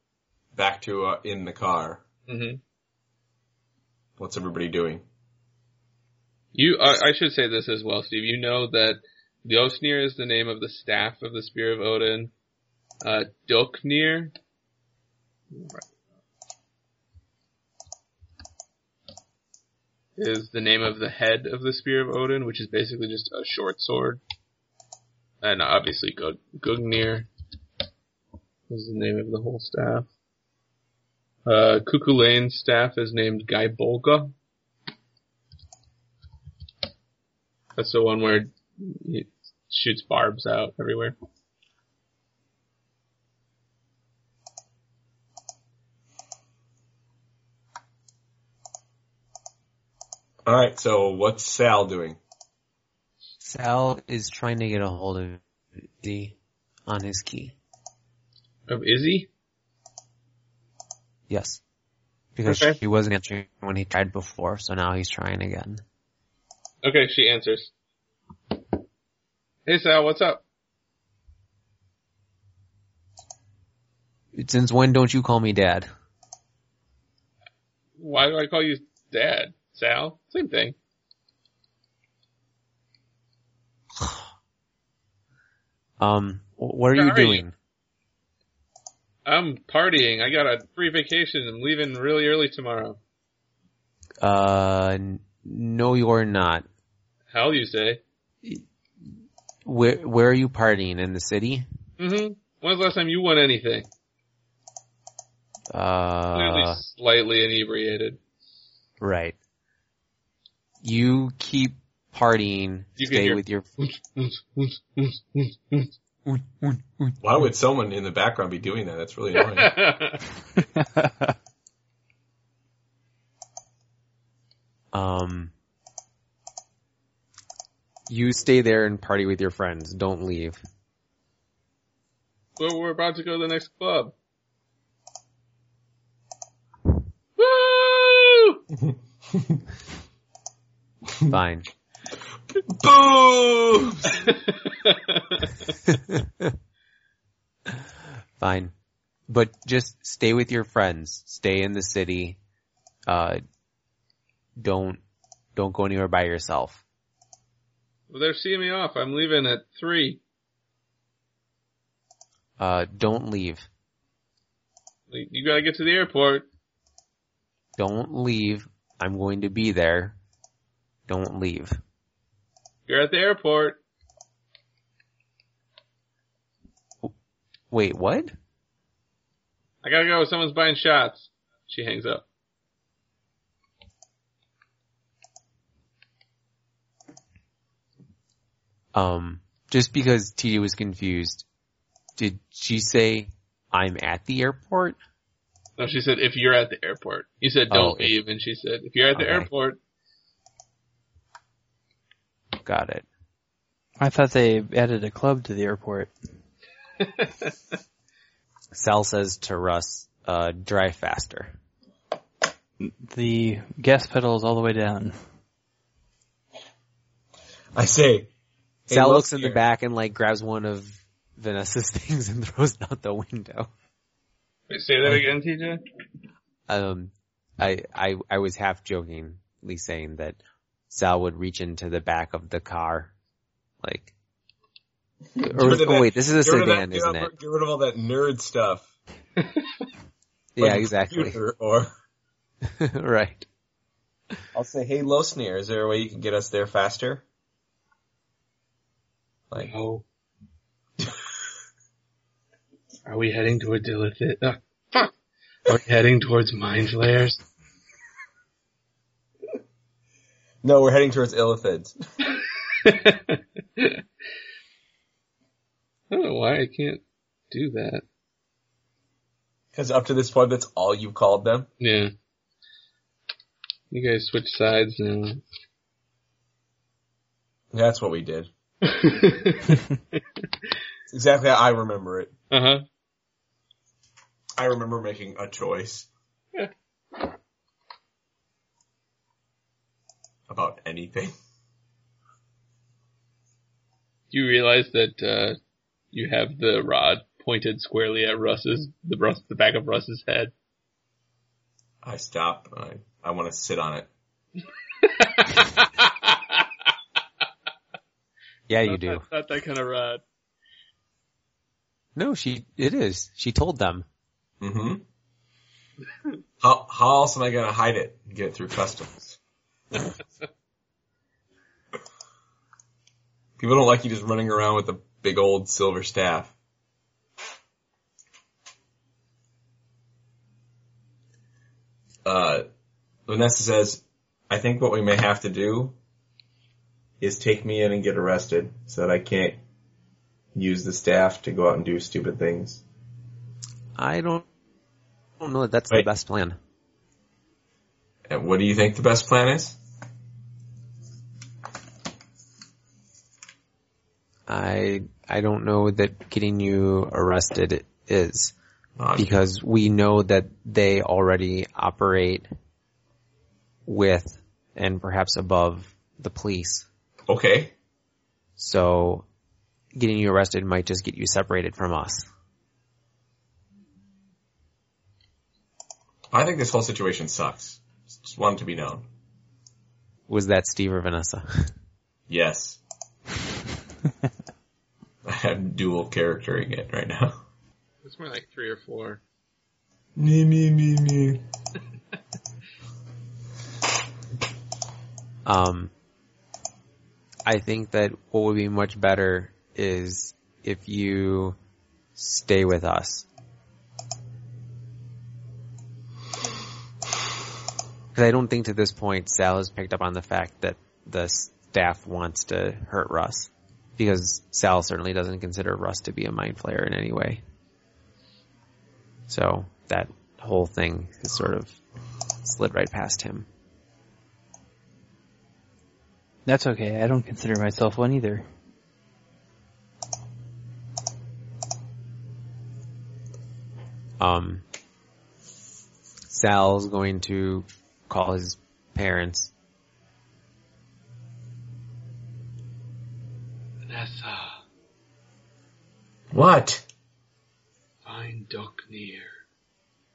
[SPEAKER 2] back to uh, in the car.
[SPEAKER 3] hmm
[SPEAKER 2] What's everybody doing?
[SPEAKER 3] You, I I should say this as well, Steve. You know that Ljósnir is the name of the staff of the Spear of Odin. Uh, Doknir. Is the name of the head of the Spear of Odin, which is basically just a short sword. And obviously Gug- Gugnir is the name of the whole staff. Uh, Cuckoo Lane's staff is named Guy Bolga. That's the one where it shoots barbs out everywhere.
[SPEAKER 2] All right. So what's Sal doing?
[SPEAKER 5] Sal is trying to get a hold of D on his key.
[SPEAKER 3] Of Izzy?
[SPEAKER 5] Yes. Because
[SPEAKER 3] Okay.
[SPEAKER 5] he wasn't answering when he tried before, so now he's trying again.
[SPEAKER 3] Okay, she answers. Hey Sal, what's up?
[SPEAKER 5] Since when don't you call me dad?
[SPEAKER 3] Why do I call you dad? Sal? Same thing.
[SPEAKER 5] Um, wh- what
[SPEAKER 3] Where
[SPEAKER 5] are you
[SPEAKER 3] are you?
[SPEAKER 5] doing?
[SPEAKER 3] I'm partying. I got a free vacation. I'm leaving really early tomorrow.
[SPEAKER 5] Uh, n- no you're not.
[SPEAKER 3] Hell, you say?
[SPEAKER 5] Where, where are you partying? In the city?
[SPEAKER 3] Mm-hmm. When's the last time you won anything? Clearly
[SPEAKER 5] Uh,
[SPEAKER 3] slightly inebriated.
[SPEAKER 5] right. You keep partying,
[SPEAKER 3] You can
[SPEAKER 5] stay
[SPEAKER 3] hear-
[SPEAKER 5] with your,
[SPEAKER 2] Why would someone in the background be doing that? That's really annoying.
[SPEAKER 5] um, you stay there and party with your friends. Don't leave.
[SPEAKER 3] Well, we're about to go to the next club. Woo!
[SPEAKER 5] Fine.
[SPEAKER 2] Boo!
[SPEAKER 5] Fine. But just stay with your friends. Stay in the city. Uh, don't, don't go anywhere by yourself.
[SPEAKER 3] well, they're seeing me off. I'm leaving at three.
[SPEAKER 5] Uh, don't leave.
[SPEAKER 3] Like, You gotta get to the airport.
[SPEAKER 5] Don't leave. I'm going to be there. Don't leave.
[SPEAKER 3] You're at the airport.
[SPEAKER 5] Wait, what?
[SPEAKER 3] I gotta go. Someone's buying shots. She hangs up.
[SPEAKER 5] Um, just because TD was confused, did she say I'm at the airport?
[SPEAKER 3] No, she said, if you're at the airport. You said, don't
[SPEAKER 5] Oh, if-
[SPEAKER 3] leave. And she said, if you're at the
[SPEAKER 5] Okay.
[SPEAKER 3] airport.
[SPEAKER 5] Got it.
[SPEAKER 4] I thought they added a club to the airport.
[SPEAKER 5] Sal says to Russ, uh, drive faster.
[SPEAKER 4] The gas pedal is all the way down.
[SPEAKER 2] I say. hey,
[SPEAKER 5] Sal
[SPEAKER 2] look
[SPEAKER 5] looks in the
[SPEAKER 2] here.
[SPEAKER 5] back and like grabs one of Vanessa's things and throws it out the window.
[SPEAKER 3] Wait, say that again, TJ?
[SPEAKER 5] Um, I, I, I was half jokingly saying that Sal would reach into the back of the car, like, or,
[SPEAKER 2] rid of
[SPEAKER 5] oh
[SPEAKER 2] that-
[SPEAKER 5] wait, this is a
[SPEAKER 2] Get rid of
[SPEAKER 5] sedan,
[SPEAKER 2] that-
[SPEAKER 5] isn't
[SPEAKER 2] get
[SPEAKER 5] it?
[SPEAKER 2] rid- Get rid of all that nerd stuff.
[SPEAKER 5] Yeah,
[SPEAKER 2] like
[SPEAKER 5] exactly.
[SPEAKER 2] computer Or
[SPEAKER 5] right.
[SPEAKER 2] I'll say, hey, Losnir, is there a way you can get us there faster? Like,
[SPEAKER 3] No. Are we heading toward Dilithid? Uh, fuck! Are we heading towards Mind Flares?
[SPEAKER 2] no, we're heading towards Illithids.
[SPEAKER 3] I don't know why I can't do that.
[SPEAKER 2] Because up to this point, that's all you called them.
[SPEAKER 3] Yeah. You guys switch sides now.
[SPEAKER 2] That's what we did.
[SPEAKER 3] uh
[SPEAKER 2] It's exactly how I remember it.
[SPEAKER 3] huh.
[SPEAKER 2] I remember making a choice.
[SPEAKER 3] Yeah.
[SPEAKER 2] About anything.
[SPEAKER 3] You realize that uh, you have the rod pointed squarely at Russ's the Russ, the back of Russ's head.
[SPEAKER 2] I stop. I, I want to sit on it.
[SPEAKER 5] Yeah, you do.
[SPEAKER 3] Not, not that kind of rod.
[SPEAKER 5] No, she, it is. She told them.
[SPEAKER 2] Mm-hmm. how, how else am I gonna hide it? and Get it through customs. People don't like you just running around with a big old silver staff. Uh, Vanessa says, I think what we may have to do is take me in and get arrested so that I can't use the staff to go out and do stupid things.
[SPEAKER 5] I don't, I don't know that that's
[SPEAKER 2] Wait.
[SPEAKER 5] the best plan.
[SPEAKER 2] And what do you think the best plan is?
[SPEAKER 5] I, I don't know that getting you arrested is
[SPEAKER 2] Uh,
[SPEAKER 5] because we know that they already operate with and perhaps above the police.
[SPEAKER 2] okay.
[SPEAKER 5] So getting you arrested might just get you separated from us.
[SPEAKER 2] I think this whole situation sucks. Just wanted to be known.
[SPEAKER 5] Was that Steve or Vanessa?
[SPEAKER 2] Yes. I have dual character again right now.
[SPEAKER 3] It's more like three or four.
[SPEAKER 2] Me, me, me, me.
[SPEAKER 5] Um, I think that what would be much better is if you stay with us. Because I don't think to this point Sal has picked up on the fact that the staff wants to hurt Russ. Because Sal certainly doesn't consider Russ to be a mind flayer in any way. So that whole thing has sort of slid right past him.
[SPEAKER 4] That's okay. I don't consider myself one either.
[SPEAKER 5] um, Sal's going to call his parents.
[SPEAKER 3] Vanessa,
[SPEAKER 2] What?
[SPEAKER 3] find Docknear.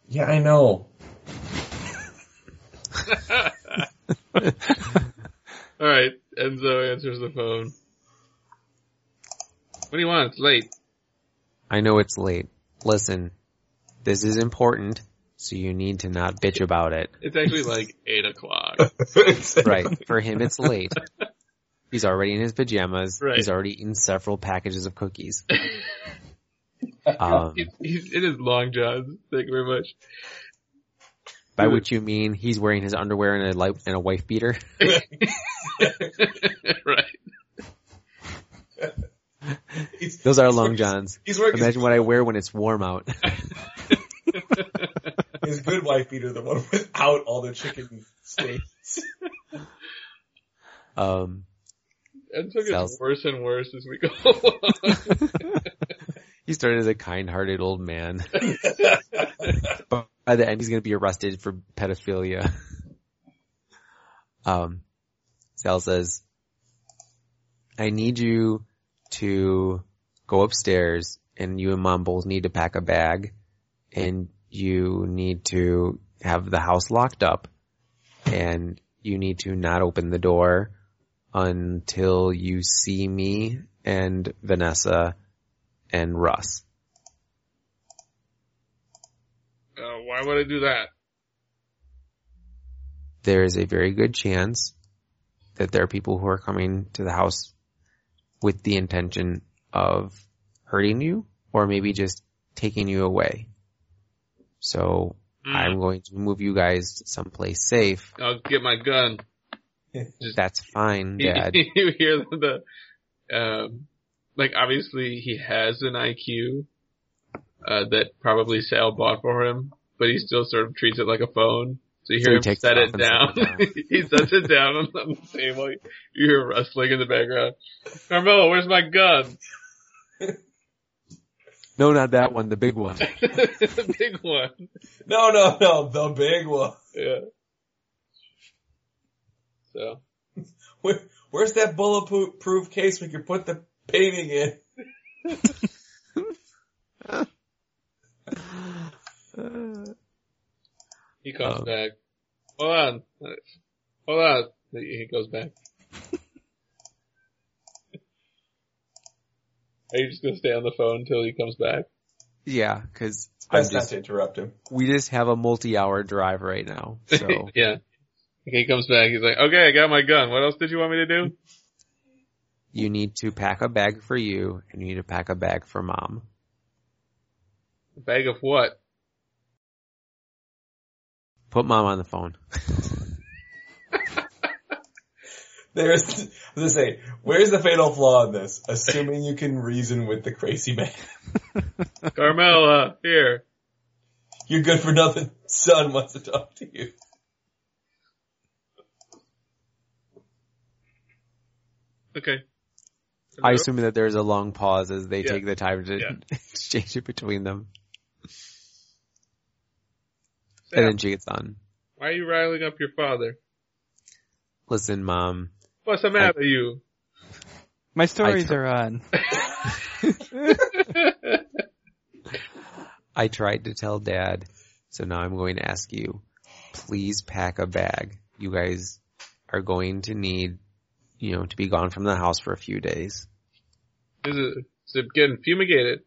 [SPEAKER 2] Yeah, I know.
[SPEAKER 3] All right, Enzo answers the phone. What do you want? It's late.
[SPEAKER 5] I know it's late. Listen, this is important, so you need to not bitch about it.
[SPEAKER 3] It's actually like eight o'clock.
[SPEAKER 5] Right. For him, it's late. He's already in his pajamas.
[SPEAKER 3] Right.
[SPEAKER 5] He's already eaten several packages of cookies. Um,
[SPEAKER 3] It, he's, it is Long John's. Thank you very much.
[SPEAKER 5] by which you mean he's wearing his underwear and a, li- and a wife beater.
[SPEAKER 3] right.
[SPEAKER 2] He's,
[SPEAKER 5] Those are long johns.
[SPEAKER 2] he's wearing his,
[SPEAKER 5] Imagine what I wear when it's warm out.
[SPEAKER 2] his good wife beater, the one without all the chicken steaks.
[SPEAKER 5] Um,
[SPEAKER 3] Enzo gets
[SPEAKER 5] Sounds-
[SPEAKER 3] worse and worse as we go along.
[SPEAKER 5] he started as a kind-hearted old man. but by the end, he's going to be arrested for pedophilia. um, Sal says, I need you to go upstairs and you and mom both need to pack a bag and you need to have the house locked up and you need to not open the door until you see me and Vanessa and Russ.
[SPEAKER 3] Uh, why would I do that?
[SPEAKER 5] there is a very good chance that there are people who are coming to the house with the intention of hurting you or maybe just taking you away. So
[SPEAKER 3] Hmm.
[SPEAKER 5] I'm going to move you guys someplace safe.
[SPEAKER 3] Mm. I'll get my gun.
[SPEAKER 5] That's fine, dad.
[SPEAKER 3] you hear the, um, like obviously he has an IQ, uh, that probably Sal bought for him, but he still sort of treats it like a phone. So you
[SPEAKER 5] So he
[SPEAKER 3] hear him
[SPEAKER 5] takes
[SPEAKER 3] set
[SPEAKER 5] it
[SPEAKER 3] it
[SPEAKER 5] off
[SPEAKER 3] down.
[SPEAKER 5] and sets it
[SPEAKER 3] he sets it down on, on the table. You hear rustling in the background. Carmelo, where's my gun?
[SPEAKER 5] no, not that one, the big one.
[SPEAKER 3] the big one.
[SPEAKER 2] No, no, no, the big one.
[SPEAKER 3] Yeah. So.
[SPEAKER 2] Where, where's that bulletproof case we could put the painting in?
[SPEAKER 3] He comes
[SPEAKER 5] Um,
[SPEAKER 3] back. Hold on. Hold on. He he goes back. Are you just gonna stay on the phone until he comes back?
[SPEAKER 5] Yeah, because I'm
[SPEAKER 2] Best not
[SPEAKER 5] just
[SPEAKER 2] to interrupt him.
[SPEAKER 5] we just have a multi-hour drive right now. So
[SPEAKER 3] yeah. Okay, he comes back. He's like, "Okay, I got my gun. What else did you want me to do?"
[SPEAKER 5] you need to pack a bag for you, and you need to pack a bag for mom.
[SPEAKER 3] A bag of what?
[SPEAKER 5] Put mom on the phone.
[SPEAKER 2] There's, I was gonna say, where's the fatal flaw in this? Assuming you can reason with the crazy man.
[SPEAKER 3] Carmela, here.
[SPEAKER 2] You're good for nothing. Son wants to talk to you.
[SPEAKER 3] Okay.
[SPEAKER 5] I assume that there's a long pause as they
[SPEAKER 3] Yeah.
[SPEAKER 5] take the time to
[SPEAKER 3] Yeah.
[SPEAKER 5] exchange it between them, and
[SPEAKER 3] Sam,
[SPEAKER 5] then she gets on.
[SPEAKER 3] why are you riling up your father?
[SPEAKER 5] Listen, mom,
[SPEAKER 3] What's the matter, you?
[SPEAKER 4] My stories
[SPEAKER 5] tr-
[SPEAKER 4] are on.
[SPEAKER 5] I tried to tell dad, so now I'm going to ask you, please pack a bag. You guys are going to need, you know, to be gone from the house for a few days.
[SPEAKER 3] Is it, is it getting fumigated?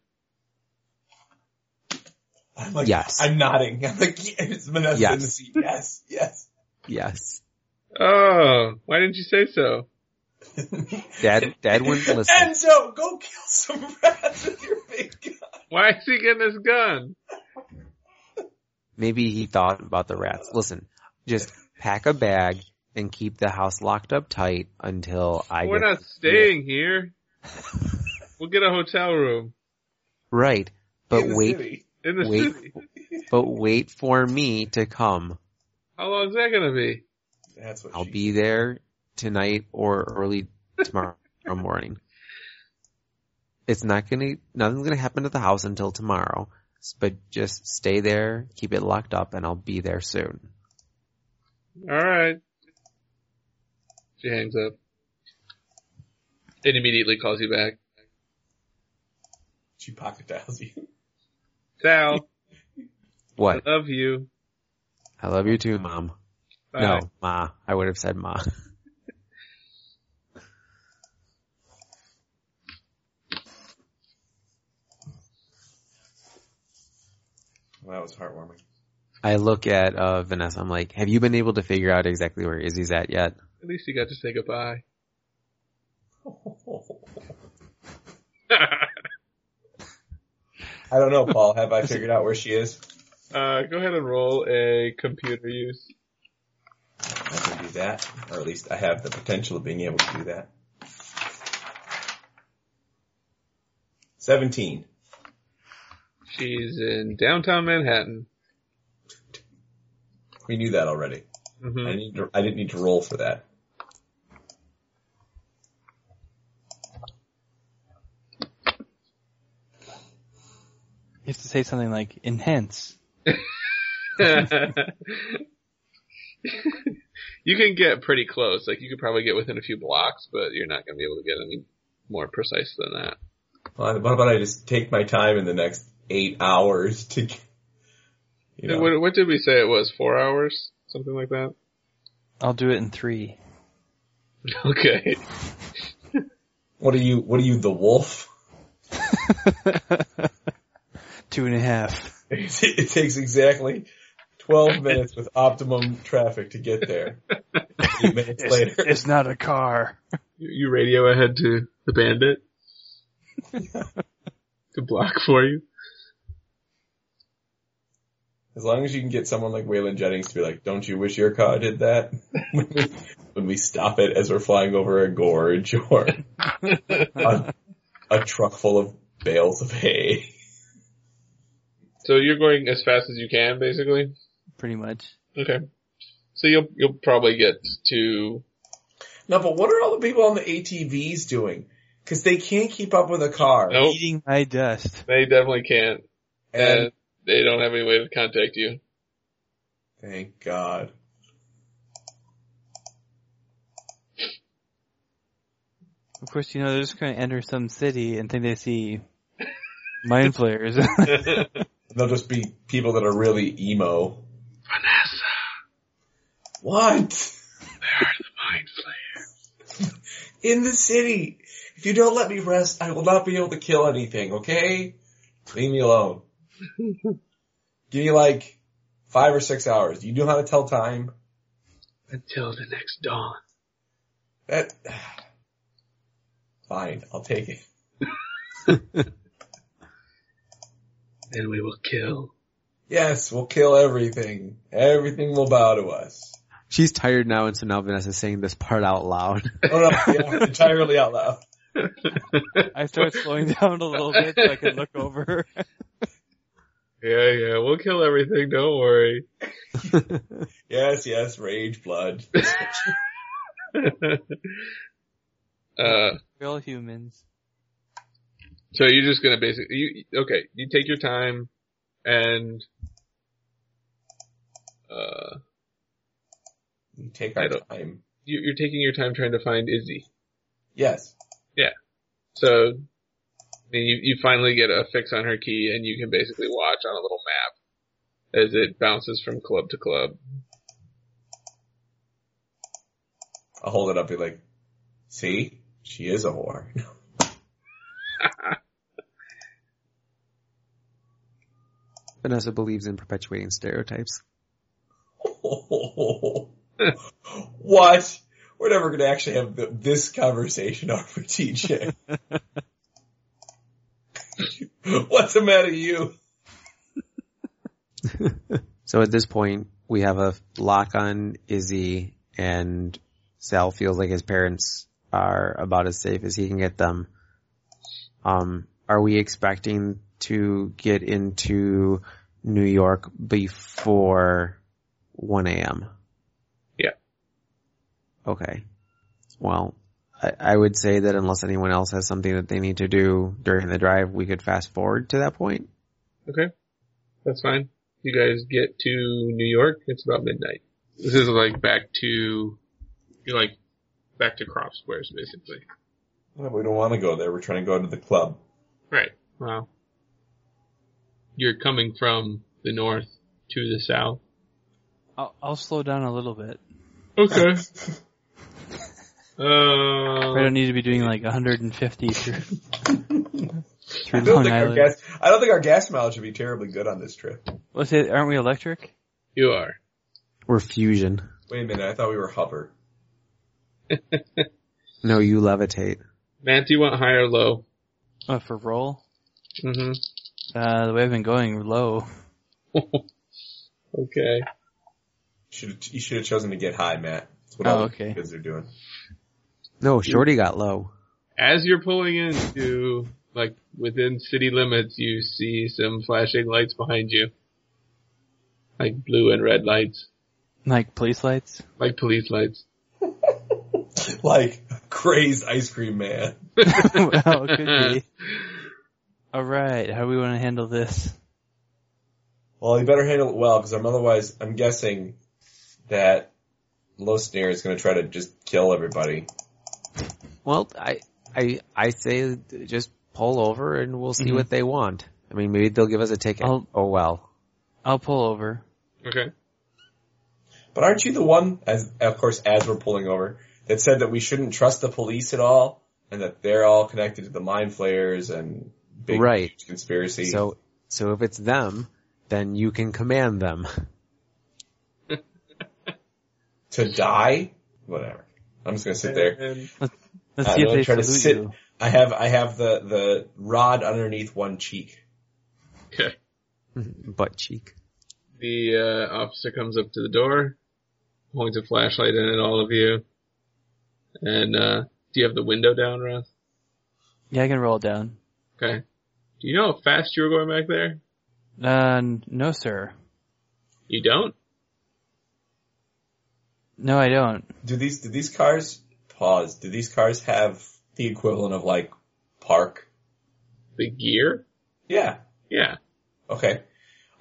[SPEAKER 2] I'm like,
[SPEAKER 5] Yes.
[SPEAKER 2] I'm nodding. I'm like, yes, Vanessa in the
[SPEAKER 5] Yes.
[SPEAKER 2] seat. Yes, yes.
[SPEAKER 5] Yes.
[SPEAKER 3] Oh, why didn't you say so?
[SPEAKER 5] Dad, dad wouldn't listen.
[SPEAKER 2] Enzo, go kill some rats with your big gun.
[SPEAKER 3] Why is he getting his gun?
[SPEAKER 5] Maybe he thought about the rats. Listen, just pack a bag and keep the house locked up tight until I
[SPEAKER 3] We're
[SPEAKER 5] get
[SPEAKER 3] not staying here. We'll get a hotel room
[SPEAKER 5] right. But
[SPEAKER 2] In the
[SPEAKER 5] wait,
[SPEAKER 2] city.
[SPEAKER 3] in the
[SPEAKER 5] Wait.
[SPEAKER 3] city.
[SPEAKER 5] but wait for me to come.
[SPEAKER 3] How long is that gonna be?
[SPEAKER 2] That's what
[SPEAKER 5] I'll
[SPEAKER 2] she-
[SPEAKER 5] be there tonight or early tomorrow morning. It's not gonna, nothing's gonna happen to the house until tomorrow, s- but just stay there, keep it locked up, and I'll be there soon.
[SPEAKER 3] All right. She hangs up. And immediately calls you back.
[SPEAKER 2] She pocket dials you.
[SPEAKER 3] Sal, I
[SPEAKER 5] What?
[SPEAKER 3] love you.
[SPEAKER 5] I love you too, mom.
[SPEAKER 3] Bye.
[SPEAKER 5] No, ma. I would have said ma.
[SPEAKER 2] Well, that was heartwarming.
[SPEAKER 5] I look at, uh, Vanessa, I'm like, have you been able to figure out exactly where Izzy's at yet?
[SPEAKER 3] At least you got to say goodbye.
[SPEAKER 2] I don't know, Paul. Have I figured out where she is?
[SPEAKER 3] uh, go ahead and roll a computer use.
[SPEAKER 2] I can do that, or at least I have the potential of being able to do that. Seventeen.
[SPEAKER 3] She's in downtown Manhattan.
[SPEAKER 2] We knew that already.
[SPEAKER 3] hmm
[SPEAKER 2] I need to, I didn't need to roll for that.
[SPEAKER 4] You have to say something like enhance.
[SPEAKER 3] you can get pretty close. Like you could probably get within a few blocks, but you're not going to be able to get any more precise than that.
[SPEAKER 2] Well, What about I just take my time in the next eight hours to, get- you know,
[SPEAKER 3] What, what did we say it was? Four hours, something like that.
[SPEAKER 4] I'll do it in three.
[SPEAKER 3] Okay.
[SPEAKER 2] what are you? What are you, the wolf?
[SPEAKER 4] Two and a half.
[SPEAKER 2] It takes exactly twelve minutes with optimum traffic to get there. Eight minutes later.
[SPEAKER 4] It's not a car.
[SPEAKER 3] You- You radio ahead to the bandit to block for you.
[SPEAKER 2] As long as you can get someone like Waylon Jennings to be like, don't you wish your car did that? when, we, when we stop it as we're flying over a gorge or a, a truck full of bales of hay.
[SPEAKER 3] So you're going as fast as you can, basically.
[SPEAKER 4] Pretty much.
[SPEAKER 3] Okay. So you'll you'll probably get to
[SPEAKER 2] No, but what are all the people on the ATVs doing? Cause they can't keep up with a car.
[SPEAKER 3] nope.
[SPEAKER 4] Eating my dust.
[SPEAKER 3] They definitely can't,
[SPEAKER 2] And
[SPEAKER 3] and they don't have any way to contact you.
[SPEAKER 2] thank God.
[SPEAKER 4] Of course, you know, they're just going to enter some city and think they see mind flayers.
[SPEAKER 2] They'll just be people that are really emo. Vanessa. What?
[SPEAKER 3] Mind flayer.
[SPEAKER 2] In the city. If you don't let me rest, I will not be able to kill anything, okay? Leave me alone. Give me like five or six hours. You know how to tell time.
[SPEAKER 3] Until the next dawn.
[SPEAKER 2] That fine, I'll take it.
[SPEAKER 3] Then we will kill.
[SPEAKER 2] Yes, we'll kill everything. Everything will bow to us.
[SPEAKER 5] She's tired now, and so now Vanessa's saying this part out loud.
[SPEAKER 2] Oh no, yeah, entirely out loud.
[SPEAKER 4] I start slowing down a little bit so I can look over.
[SPEAKER 3] Yeah, yeah, we'll kill everything, don't worry.
[SPEAKER 2] Yes, yes, rage, blood.
[SPEAKER 3] uh,
[SPEAKER 4] We're all humans.
[SPEAKER 3] so you're just gonna basically, you, okay, you take your time and, uh,
[SPEAKER 2] We take
[SPEAKER 3] I
[SPEAKER 2] our
[SPEAKER 3] don't-
[SPEAKER 2] time.
[SPEAKER 3] you, you're taking your time trying to find Izzy.
[SPEAKER 2] Yes.
[SPEAKER 3] So, I mean, you, you finally get a fix on her key and you can basically watch on a little map as it bounces from club to club.
[SPEAKER 2] I'll hold it up and be like, see? She is a whore.
[SPEAKER 5] Vanessa believes in perpetuating stereotypes.
[SPEAKER 2] what? We're never gonna actually have th- this conversation, are we, TJ? What's the matter with you?
[SPEAKER 5] So at this point, we have a lock on Izzy, and Sal feels like his parents are about as safe as he can get them. Um, are we expecting to get into New York before 1 a.m.?
[SPEAKER 3] Yeah.
[SPEAKER 5] Okay. Well, I, I would say that unless anyone else has something that they need to do during the drive, we could fast forward to that point.
[SPEAKER 3] Okay. That's fine. You guys get to New York. It's about midnight. This is like back to, you're like back to crop squares basically.
[SPEAKER 2] Well, we don't want to go there. We're trying to go to the club.
[SPEAKER 3] Right. Wow. You're coming from the north to the south.
[SPEAKER 4] I'll, I'll slow down a little bit.
[SPEAKER 3] Okay.
[SPEAKER 4] I don't
[SPEAKER 3] uh,
[SPEAKER 4] need to be doing like 150 through, through
[SPEAKER 2] I don't,
[SPEAKER 4] Long
[SPEAKER 2] think our
[SPEAKER 4] Island.
[SPEAKER 2] gas, I don't think our gas mileage would be terribly good on this trip.
[SPEAKER 4] Let's say, aren't we electric?
[SPEAKER 3] you are.
[SPEAKER 5] We're fusion.
[SPEAKER 2] Wait a minute, I thought we were hover.
[SPEAKER 5] No, you levitate.
[SPEAKER 3] Matt, do you want high or low?
[SPEAKER 4] Uh, for roll?
[SPEAKER 3] Mm-hmm.
[SPEAKER 4] Uh, the way I've been going, we're low.
[SPEAKER 3] okay.
[SPEAKER 2] Should you should have chosen to get high, Matt? That's what
[SPEAKER 4] Oh,
[SPEAKER 2] all the
[SPEAKER 4] okay.
[SPEAKER 2] kids are doing.
[SPEAKER 5] No, Shorty got low.
[SPEAKER 3] As you're pulling into, like, within city limits, you see some flashing lights behind you. Like blue and red lights.
[SPEAKER 4] Like police lights?
[SPEAKER 3] Like police lights.
[SPEAKER 2] Like crazed ice cream man.
[SPEAKER 4] well, it Oh, could be. Alright, how do we want to handle this?
[SPEAKER 2] Well, you better handle it well because I'm otherwise. I'm guessing that Losnir is going to try to just kill everybody.
[SPEAKER 5] Well, I, I, I say just pull over and we'll see
[SPEAKER 4] Mhm.
[SPEAKER 5] what they want. I mean, maybe they'll give us a ticket.
[SPEAKER 4] I'll-
[SPEAKER 5] oh well.
[SPEAKER 4] I'll pull over.
[SPEAKER 3] Okay.
[SPEAKER 2] But aren't you the one, as of course, as we're pulling over, that said that we shouldn't trust the police at all, and that they're all connected to the mind flayers and big
[SPEAKER 5] Right.
[SPEAKER 2] conspiracy?
[SPEAKER 5] So, so if it's them, then you can command them.
[SPEAKER 2] to die, whatever. I'm just going to sit there.
[SPEAKER 3] And
[SPEAKER 4] Let's
[SPEAKER 2] I
[SPEAKER 4] see if
[SPEAKER 2] really
[SPEAKER 4] they
[SPEAKER 2] Uh, try to
[SPEAKER 4] salute
[SPEAKER 2] sit-
[SPEAKER 4] you.
[SPEAKER 2] I have I have the the rod underneath one cheek.
[SPEAKER 3] okay.
[SPEAKER 5] Butt cheek.
[SPEAKER 3] The uh, officer comes up to the door, points a flashlight in at all of you, and uh, do you have the window down, Russ?
[SPEAKER 4] Yeah, I can roll it down.
[SPEAKER 3] Okay. Do you know how fast you were going back there?
[SPEAKER 4] Uh, n- no sir.
[SPEAKER 3] You don't.
[SPEAKER 4] No, I don't.
[SPEAKER 2] Do these do these cars pause? Do these cars have the equivalent of like park?
[SPEAKER 3] The gear?
[SPEAKER 2] Yeah.
[SPEAKER 3] Yeah.
[SPEAKER 2] Okay.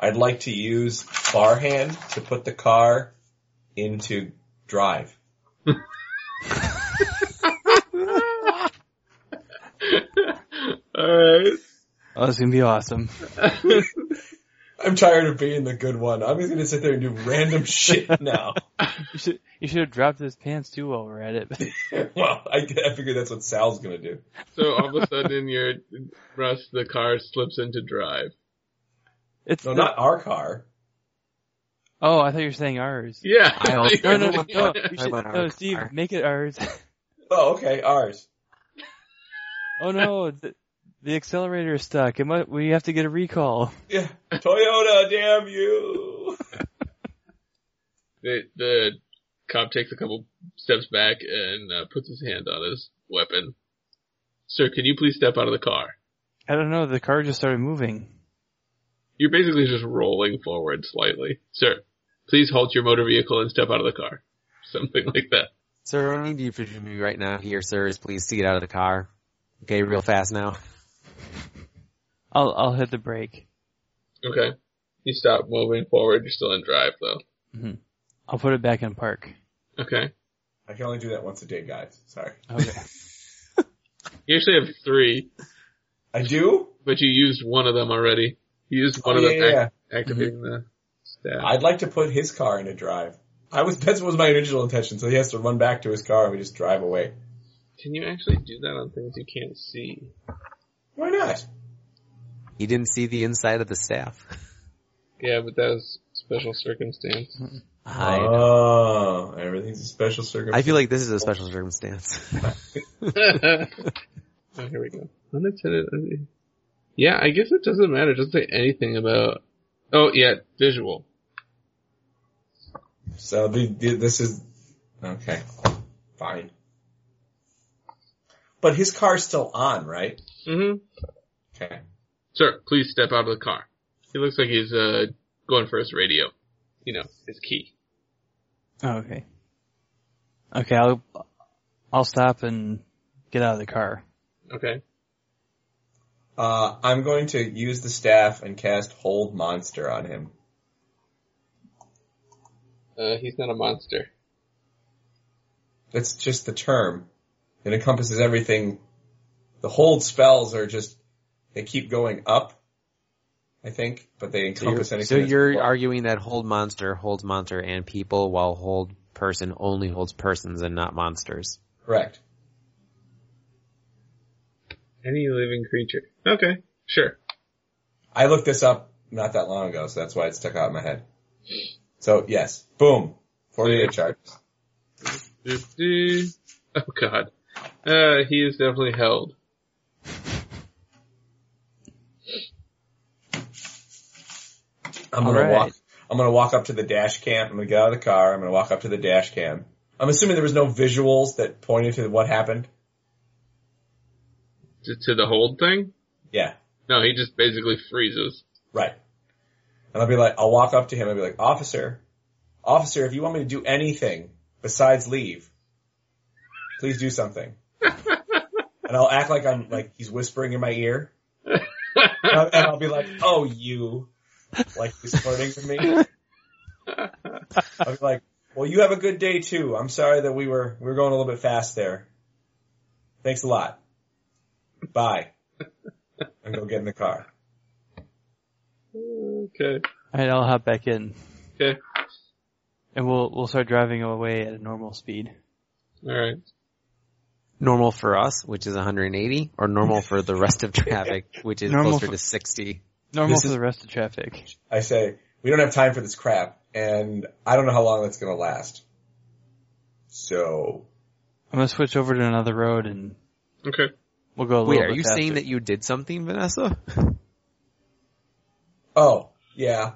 [SPEAKER 2] I'd like to use bar hand to put the car into drive.
[SPEAKER 3] all right.
[SPEAKER 4] Oh, it's gonna be awesome.
[SPEAKER 2] I'm tired of being the good one. I'm just gonna sit there and do random shit now.
[SPEAKER 4] You should you should have dropped his pants too while we're at it.
[SPEAKER 2] well, I, I figure that's what Sal's gonna do.
[SPEAKER 3] So all of a sudden, your Russ, the car slips into drive.
[SPEAKER 4] It's
[SPEAKER 2] No,
[SPEAKER 4] the-
[SPEAKER 2] not our car.
[SPEAKER 4] Oh, I thought you were saying ours.
[SPEAKER 3] Yeah.
[SPEAKER 5] I
[SPEAKER 4] No, no, no, no.
[SPEAKER 5] I
[SPEAKER 4] We should,
[SPEAKER 5] want
[SPEAKER 4] no,
[SPEAKER 5] ours.
[SPEAKER 4] Steve, make it ours.
[SPEAKER 2] Oh, okay, ours.
[SPEAKER 4] oh no, the, the accelerator is stuck. It mu we have to get a recall.
[SPEAKER 2] Yeah, Toyota, damn you.
[SPEAKER 3] the, the cop takes a couple steps back and uh, puts his hand on his weapon. Sir, can you please step out of the car?
[SPEAKER 4] I don't know. The car just started moving.
[SPEAKER 3] You're basically just rolling forward slightly. Sir, please halt your motor vehicle and step out of the car. Something like that.
[SPEAKER 5] Sir, what I need you to do me right now here, sir, is please see it out of the car. Okay, real fast now.
[SPEAKER 4] I'll I'll hit the brake.
[SPEAKER 3] Okay. You stop moving forward. You're still in drive though.
[SPEAKER 4] I'll put it back in park.
[SPEAKER 3] Okay.
[SPEAKER 2] I can only do that once a day, guys. Sorry.
[SPEAKER 4] Okay.
[SPEAKER 3] You actually have three,
[SPEAKER 2] I do.
[SPEAKER 3] but you used one of them already. You used one
[SPEAKER 2] Oh,
[SPEAKER 3] of them
[SPEAKER 2] yeah, yeah,
[SPEAKER 3] act- activating the stat.
[SPEAKER 2] I'd like to put his car in a drive. I was that was my original intention, so he has to run back to his car and we just drive away.
[SPEAKER 3] Can you actually do that on things you can't see?
[SPEAKER 2] Why not?
[SPEAKER 5] He didn't see the inside of the staff.
[SPEAKER 3] Yeah, but that was special circumstance.
[SPEAKER 5] I,
[SPEAKER 2] oh, everything's a special circumstance.
[SPEAKER 5] I feel like this is a special circumstance.
[SPEAKER 3] oh, here we go. Unintended. un- Yeah, I guess it doesn't matter. It doesn't say anything about. Oh, yeah, visual.
[SPEAKER 2] so. The, the, this is okay. Fine. But his car's still on, right?
[SPEAKER 3] Mm-hmm.
[SPEAKER 2] Okay.
[SPEAKER 3] Sir, please step out of the car. He looks like he's uh going for his radio. You know, his key.
[SPEAKER 4] Oh, okay. Okay, I'll I'll stop and get out of the car.
[SPEAKER 3] Okay.
[SPEAKER 2] Uh, I'm going to use the staff and cast Hold Monster on him.
[SPEAKER 3] Uh, he's not a monster.
[SPEAKER 2] That's just the term. It encompasses everything. The hold spells are just they keep going up, I think, but they
[SPEAKER 5] So you're,
[SPEAKER 2] encompass anything.
[SPEAKER 5] so
[SPEAKER 2] that's
[SPEAKER 5] you're
[SPEAKER 2] below.
[SPEAKER 5] arguing that hold monster holds monster and people while hold person only holds persons and not monsters.
[SPEAKER 2] correct.
[SPEAKER 3] Any living creature. Okay, sure.
[SPEAKER 2] I looked this up not that long ago, so that's why it stuck out in my head. So yes, boom, forty-eight charges.
[SPEAKER 3] Doo-doo. Oh god. Uh, he is definitely held.
[SPEAKER 2] I'm gonna
[SPEAKER 4] All right.
[SPEAKER 2] walk. I'm gonna walk up to the dash cam. I'm gonna get out of the car. I'm gonna walk up to the dash cam. I'm assuming there was no visuals that pointed to what happened.
[SPEAKER 3] To, to the hold thing?
[SPEAKER 2] Yeah.
[SPEAKER 3] No, he just basically freezes.
[SPEAKER 2] Right. And I'll be like, I'll walk up to him and be like, officer, officer, if you want me to do anything besides leave, please do something. and I'll act like I'm like, he's whispering in my ear. and, I'll, and I'll be like, oh, you, like he's flirting with me. I'll be like, well, you have a good day too. I'm sorry that we were, we were going a little bit fast there. Thanks a lot. Bye. And go get in the car.
[SPEAKER 3] Okay.
[SPEAKER 4] All right, I'll hop back in,
[SPEAKER 3] Okay.
[SPEAKER 4] and we'll we'll start driving away at a normal speed.
[SPEAKER 3] Alright.
[SPEAKER 5] Normal for us, which is 180, or normal for the rest of traffic, which is
[SPEAKER 4] Normal
[SPEAKER 5] closer
[SPEAKER 4] for-
[SPEAKER 5] to 60.
[SPEAKER 4] Normal
[SPEAKER 2] This
[SPEAKER 4] for
[SPEAKER 2] is-
[SPEAKER 4] the rest of traffic.
[SPEAKER 2] I say, we don't have time for this crap, and I don't know how long that's gonna last. So,
[SPEAKER 4] I'm gonna switch over to another road and
[SPEAKER 3] Okay.
[SPEAKER 4] we'll go a little
[SPEAKER 5] Wait,
[SPEAKER 4] bit
[SPEAKER 5] are you
[SPEAKER 4] faster.
[SPEAKER 5] saying that you did something, Vanessa?
[SPEAKER 2] oh, yeah.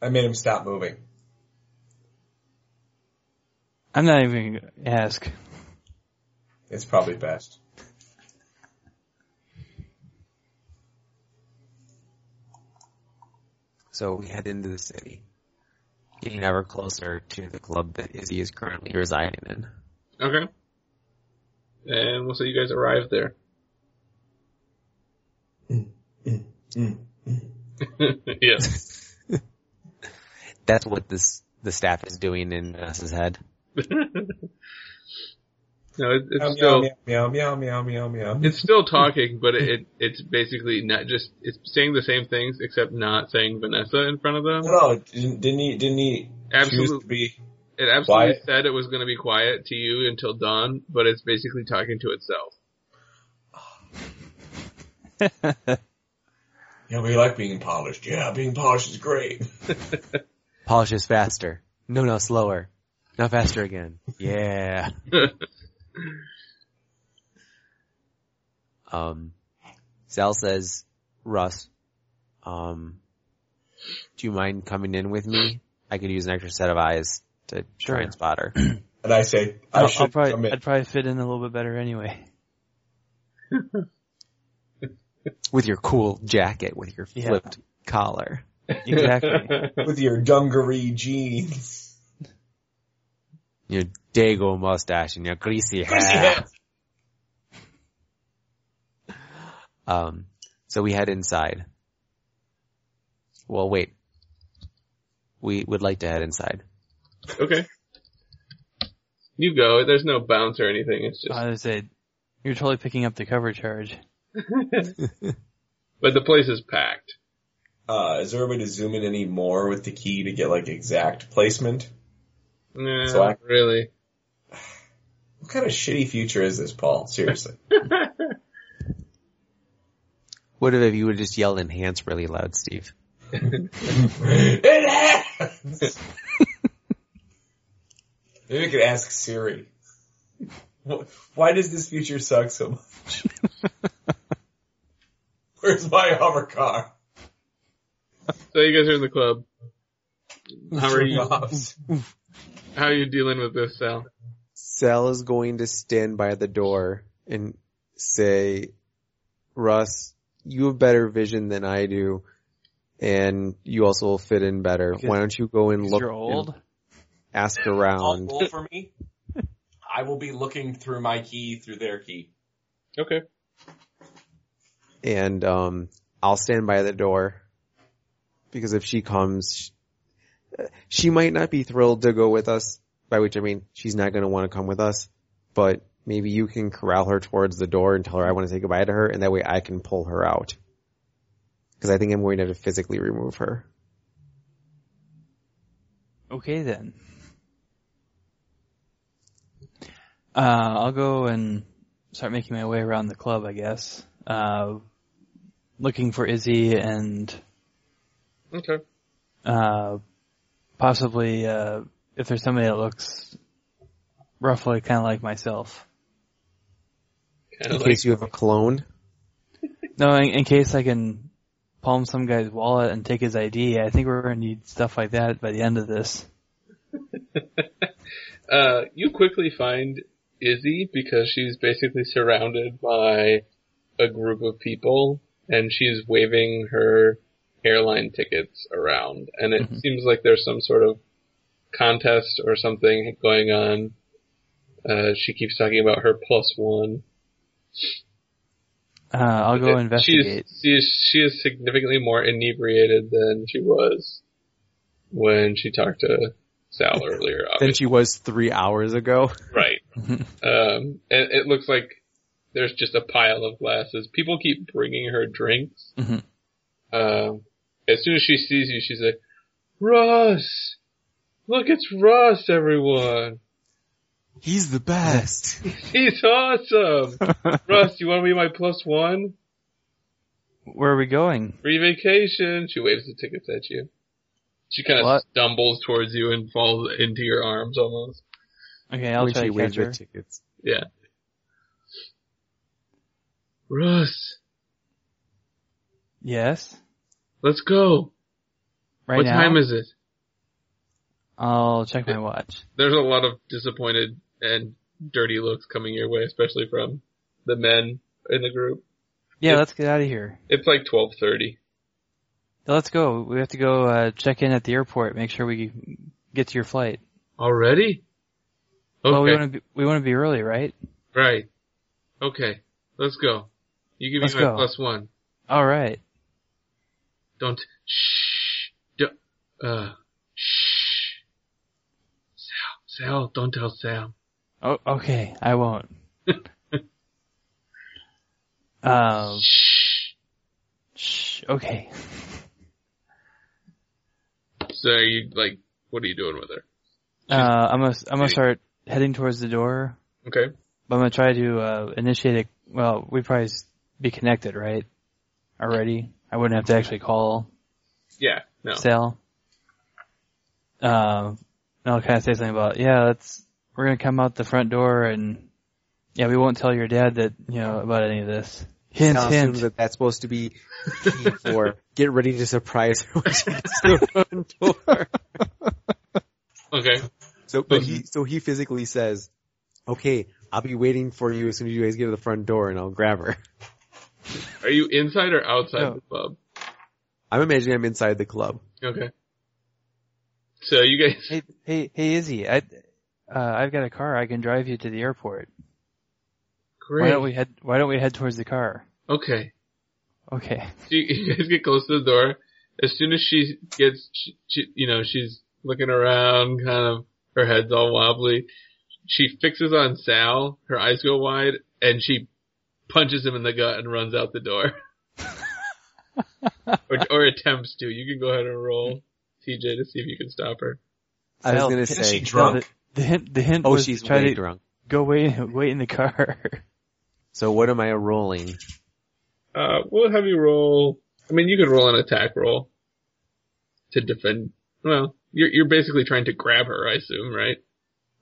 [SPEAKER 2] I made him stop moving.
[SPEAKER 4] I'm not even gonna ask.
[SPEAKER 2] It's probably best.
[SPEAKER 5] So we head into the city, getting ever closer to the club that Izzy is currently residing in.
[SPEAKER 3] Okay. And we'll say you guys arrive there. yes.
[SPEAKER 5] That's what this the staff is doing in Vanessa's head.
[SPEAKER 3] No, it, it's
[SPEAKER 2] Meow,
[SPEAKER 3] still
[SPEAKER 2] meow, meow, meow, meow, meow, meow.
[SPEAKER 3] it's still talking, but it, it it's basically not just it's saying the same things except not saying Vanessa in front of them.
[SPEAKER 2] No, no, didn't didn't he, didn't he choose to
[SPEAKER 3] Absolutely,
[SPEAKER 2] be?
[SPEAKER 3] it absolutely
[SPEAKER 2] quiet.
[SPEAKER 3] said it was going to be quiet to you until dawn, but it's basically talking to itself.
[SPEAKER 2] Yeah, we like being polished. Yeah, being polished is great.
[SPEAKER 5] Polish is faster. No, no, slower. Now faster again. Yeah. um, Sal says, Russ, um, do you mind coming in with me? I could use an extra set of eyes to
[SPEAKER 4] Sure.
[SPEAKER 5] try and spot her.
[SPEAKER 2] And I say, I
[SPEAKER 4] I'll- I'll
[SPEAKER 2] should
[SPEAKER 4] probably,
[SPEAKER 2] come in.
[SPEAKER 4] I'd probably fit in a little bit better anyway.
[SPEAKER 5] With your cool jacket, with your
[SPEAKER 4] Yeah.
[SPEAKER 5] flipped collar.
[SPEAKER 4] Exactly.
[SPEAKER 2] with your dungaree jeans.
[SPEAKER 5] Your dago mustache and your greasy hair. Um, so we head inside. Well, wait. We would like to head inside.
[SPEAKER 3] okay. You go. There's no bounce or anything. It's just,
[SPEAKER 4] I would say you're totally picking up the cover charge.
[SPEAKER 3] but the place is packed.
[SPEAKER 2] Uh, is there a way to zoom in any more with the key to get like exact placement?
[SPEAKER 3] Nah,
[SPEAKER 2] So I-
[SPEAKER 3] really.
[SPEAKER 2] What kind of shitty future is this, Paul? Seriously.
[SPEAKER 5] What if you would just yelled enhance really loud, Steve?
[SPEAKER 2] it happens! Maybe we could ask Siri. Wh- Why does this future suck so much? Where's my hover car?
[SPEAKER 3] So you guys are in the club. How are you?
[SPEAKER 2] Jobs.
[SPEAKER 3] How are you dealing with this, Sal?
[SPEAKER 5] Sal is going to stand by the door and say, Russ, you have better vision than I do, and you also will fit in better. Why don't you go and
[SPEAKER 4] Because
[SPEAKER 5] look,
[SPEAKER 4] you're old.
[SPEAKER 5] and ask around?
[SPEAKER 2] Roll for me. I will be looking through my key through their key.
[SPEAKER 3] Okay.
[SPEAKER 5] and um I'll stand by the door because if she comes sh- she might not be thrilled to go with us by which I mean she's not going to want to come with us but maybe you can corral her towards the door and tell her I want to say goodbye to her and that way I can pull her out because I think I'm going to have to physically remove her
[SPEAKER 4] Okay then. Uh, I'll go and start making my way around the club, I guess. Uh, looking for Izzy and,
[SPEAKER 3] Okay.
[SPEAKER 4] uh, possibly, uh, if there's somebody that looks roughly kind of like myself.
[SPEAKER 3] Kinda
[SPEAKER 5] in
[SPEAKER 3] like-
[SPEAKER 5] case you have a clone
[SPEAKER 4] No, in, in case I can palm some guy's wallet and take his ID, I think we're gonna need stuff like that by the end of this.
[SPEAKER 3] Uh, you quickly find Izzy because she's basically surrounded by a group of people and she's waving her airline tickets around and
[SPEAKER 4] Mm-hmm.
[SPEAKER 3] it seems like there's some sort of contest or something going on. Uh, she keeps talking about her plus one.
[SPEAKER 4] Uh, I'll go
[SPEAKER 3] She
[SPEAKER 4] investigate.
[SPEAKER 3] is, she is, she is significantly more inebriated than she was when she talked to Sal earlier.
[SPEAKER 5] than she was three hours ago
[SPEAKER 3] Right. um, and it looks like there's just a pile of glasses. People keep bringing her drinks.
[SPEAKER 4] Mhm.
[SPEAKER 3] Um, as soon as she sees you, she's like, Russ! Look, it's Russ, everyone!
[SPEAKER 5] he's the best
[SPEAKER 3] He's awesome! Russ, you wanna be my plus one?
[SPEAKER 4] Where are we going?
[SPEAKER 3] Free vacation! She waves the tickets at you. She kind of
[SPEAKER 4] What?
[SPEAKER 3] stumbles towards you and falls into your arms almost.
[SPEAKER 4] Okay, I'll
[SPEAKER 5] when
[SPEAKER 4] try
[SPEAKER 5] she
[SPEAKER 4] to catch
[SPEAKER 5] waves the
[SPEAKER 4] her.
[SPEAKER 5] tickets
[SPEAKER 3] Yeah. Russ,
[SPEAKER 4] yes,
[SPEAKER 3] let's go!
[SPEAKER 4] right
[SPEAKER 3] what
[SPEAKER 4] now.
[SPEAKER 3] time is it?
[SPEAKER 4] I'll check my watch.
[SPEAKER 3] There's a lot of disappointed and dirty looks coming your way, especially from the men in the group.
[SPEAKER 4] Yeah,
[SPEAKER 3] Yeah.
[SPEAKER 4] let's get out of here.
[SPEAKER 3] It's like 12:30.
[SPEAKER 4] Let's go. We have to go uh, check in at the airport. Make sure we get to your flight.
[SPEAKER 3] Already? Okay.
[SPEAKER 4] Well, we want to be we want to be early, right?
[SPEAKER 3] right. Okay. Let's go. You give
[SPEAKER 4] Let's
[SPEAKER 3] me my
[SPEAKER 4] go.
[SPEAKER 3] plus one.
[SPEAKER 4] All right.
[SPEAKER 3] Don't shh. Don't, uh. Shh. Sal. Sal. Don't tell Sal.
[SPEAKER 4] Oh, okay, I won't. um, shh, okay.
[SPEAKER 3] So are you like, what are you doing with her?
[SPEAKER 4] Uh, I'm gonna, I'm gonna start heading towards the door,
[SPEAKER 3] Okay.
[SPEAKER 4] but I'm gonna try to, uh, initiate a, well, we probably s- be connected, right? Already? I wouldn't have to actually call
[SPEAKER 3] Yeah. No.
[SPEAKER 4] Sal. Um, and I'll kind of say something about, yeah, that's, we're gonna come out the front door and, yeah, we won't tell your dad that, you know, about any of this. Hint,
[SPEAKER 5] I'll assume
[SPEAKER 4] hint.
[SPEAKER 5] that that's supposed to be key for get ready to surprise her when she gets to the front door.
[SPEAKER 3] Okay.
[SPEAKER 5] So, but he, so he physically says, okay, I'll be waiting for you as soon as you guys get to the front door and I'll grab her.
[SPEAKER 3] Are you inside or outside
[SPEAKER 4] No.
[SPEAKER 3] the club?
[SPEAKER 5] I'm imagining I'm inside the club.
[SPEAKER 3] Okay. So you guys,
[SPEAKER 4] Hey, hey, hey, Izzy, I, uh, I've got a car. I can drive you to the airport. Why
[SPEAKER 3] great.
[SPEAKER 4] don't we head? Why don't we head towards the car?
[SPEAKER 3] okay.
[SPEAKER 4] Okay.
[SPEAKER 3] So you, you guys get close to the door. As soon as she gets, she, she, you know, she's looking around, kind of, her head's all wobbly. She fixes on Sal, her eyes go wide, and she punches him in the gut and runs out the door. or, or attempts to. You can go ahead and roll, TJ, to see if you can stop her.
[SPEAKER 5] I was
[SPEAKER 4] Well,
[SPEAKER 5] gonna
[SPEAKER 4] is
[SPEAKER 5] say,
[SPEAKER 2] she drunk?
[SPEAKER 4] the, the hint. The hint
[SPEAKER 5] oh,
[SPEAKER 4] was
[SPEAKER 5] she's
[SPEAKER 4] try
[SPEAKER 5] way
[SPEAKER 4] to
[SPEAKER 5] drunk.
[SPEAKER 4] go wait, wait in the car.
[SPEAKER 5] So what am I rolling?
[SPEAKER 3] Uh, we'll have you roll. I mean, you could roll an attack roll to defend. Well, you're you're basically trying to grab her, I assume, right?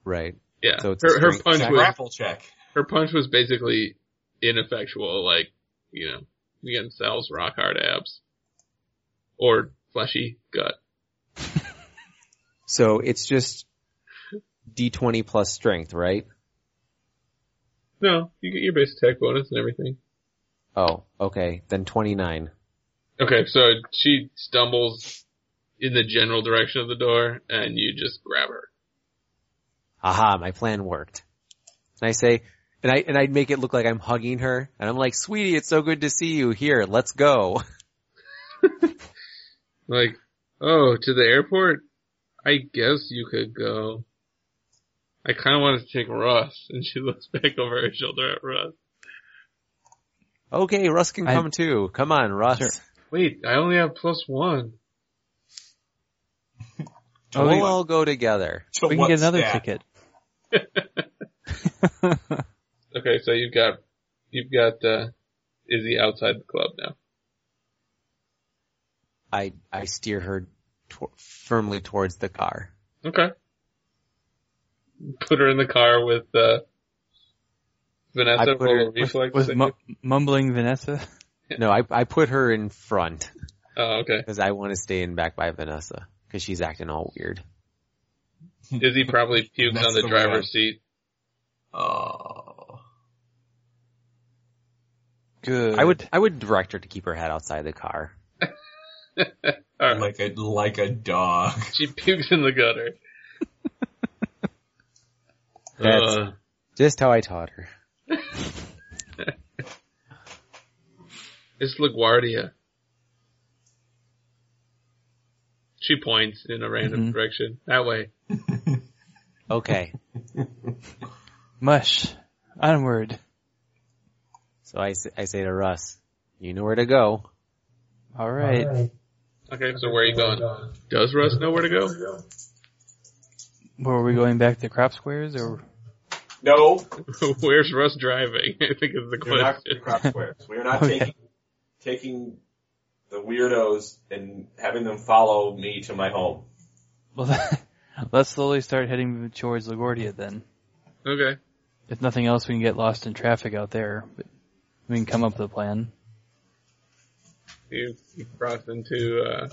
[SPEAKER 5] Right.
[SPEAKER 3] Yeah.
[SPEAKER 5] So it's a
[SPEAKER 3] her her
[SPEAKER 5] strength
[SPEAKER 3] punch
[SPEAKER 2] Check.
[SPEAKER 3] was
[SPEAKER 2] Grapple check.
[SPEAKER 3] her punch was basically ineffectual. Like you know, again, Sal's rock hard abs or fleshy gut.
[SPEAKER 5] So it's just D20 plus strength, right?
[SPEAKER 3] No, you get your base attack bonus and everything.
[SPEAKER 5] Oh, okay. Then 29.
[SPEAKER 3] Okay, so she stumbles in the general direction of the door, and you just grab her.
[SPEAKER 5] Aha, my plan worked. And I say, and I, and I make it look like I'm hugging her and I'm like, sweetie, it's so good to see you here. Let's go.
[SPEAKER 3] Like, oh, to the airport? I guess you could go. I kind of wanted to take Russ, and she looks back over her shoulder at Russ.
[SPEAKER 5] Okay, Russ can
[SPEAKER 4] I-
[SPEAKER 5] come too. Come on, Russ.
[SPEAKER 4] Sure.
[SPEAKER 3] Wait, I only have plus one.
[SPEAKER 2] Oh,
[SPEAKER 5] we'll
[SPEAKER 2] you-
[SPEAKER 5] all go together.
[SPEAKER 2] To
[SPEAKER 4] we can
[SPEAKER 2] what
[SPEAKER 4] get another
[SPEAKER 2] stat?
[SPEAKER 4] ticket.
[SPEAKER 3] Okay, so you've got, you've got, uh, Izzy outside the club now.
[SPEAKER 5] I, I steer her tw- firmly towards the car.
[SPEAKER 3] Okay. Put her in the car with, uh, Vanessa,
[SPEAKER 5] I put
[SPEAKER 3] roll
[SPEAKER 5] her
[SPEAKER 3] a reflex.
[SPEAKER 4] With
[SPEAKER 3] thing.
[SPEAKER 4] mu- mumbling Vanessa.
[SPEAKER 5] No, I, I put her in front
[SPEAKER 3] oh, okay.
[SPEAKER 5] because I want to stay in back by Vanessa because she's acting all weird.
[SPEAKER 3] Izzy probably puked
[SPEAKER 2] That's
[SPEAKER 3] on the
[SPEAKER 2] the way
[SPEAKER 3] driver's
[SPEAKER 2] I-
[SPEAKER 3] seat.
[SPEAKER 2] Oh.
[SPEAKER 4] Good.
[SPEAKER 5] I would, I would direct her to keep her head outside the car.
[SPEAKER 3] All right.
[SPEAKER 2] Like a like a dog.
[SPEAKER 3] She pukes in the gutter.
[SPEAKER 5] That's-
[SPEAKER 3] Uh,
[SPEAKER 5] Just how I taught her.
[SPEAKER 3] It's LaGuardia. She points in a random
[SPEAKER 4] Mhm.
[SPEAKER 3] direction. That way.
[SPEAKER 5] Okay.
[SPEAKER 4] mush onward.
[SPEAKER 5] so I, s- I say to Russ, you know where to go.
[SPEAKER 4] All right.
[SPEAKER 3] Okay, so where are you going? Does Russ know where to go?
[SPEAKER 4] Were we going back to crop squares or?
[SPEAKER 2] No,
[SPEAKER 3] Where's Russ driving? I think is the
[SPEAKER 2] you're not
[SPEAKER 3] question.
[SPEAKER 2] crop squares. We are not
[SPEAKER 4] Okay.
[SPEAKER 2] taking taking the weirdos and having them follow me to my home.
[SPEAKER 4] Well, let's slowly start heading towards Laguardia then.
[SPEAKER 3] Okay.
[SPEAKER 4] If nothing else, we can get lost in traffic out there. But we can come up with a plan.
[SPEAKER 3] You, you crossed into, uh,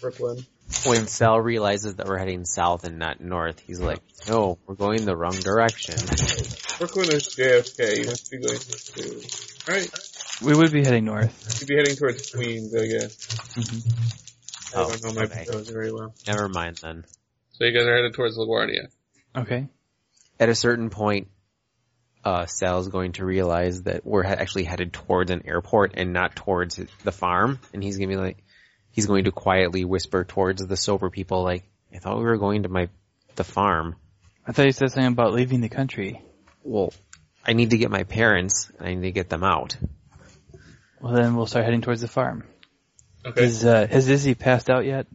[SPEAKER 3] Brooklyn.
[SPEAKER 5] When Sal realizes that we're heading south and not north, he's like, no, we're going the wrong direction.
[SPEAKER 3] Brooklyn is JFK. You must be going to. Alright.
[SPEAKER 4] We would be heading north.
[SPEAKER 3] You'd be heading towards Queens, I guess. I
[SPEAKER 5] Oh,
[SPEAKER 3] don't know my
[SPEAKER 5] okay.
[SPEAKER 3] roads very well.
[SPEAKER 5] Never mind then.
[SPEAKER 3] So you guys are headed towards LaGuardia.
[SPEAKER 4] Okay.
[SPEAKER 5] At a certain point, uh, Sal's going to realize that we're he- actually headed towards an airport and not towards the farm, and he's gonna be like, he's going to quietly whisper towards the sober people, like, I thought we were going to my, the farm.
[SPEAKER 4] I thought you said something about leaving the country.
[SPEAKER 5] well, I need to get my parents and I need to get them out.
[SPEAKER 4] Well, then we'll start heading towards the farm.
[SPEAKER 3] Okay.
[SPEAKER 4] Is, uh, has Izzy passed out yet?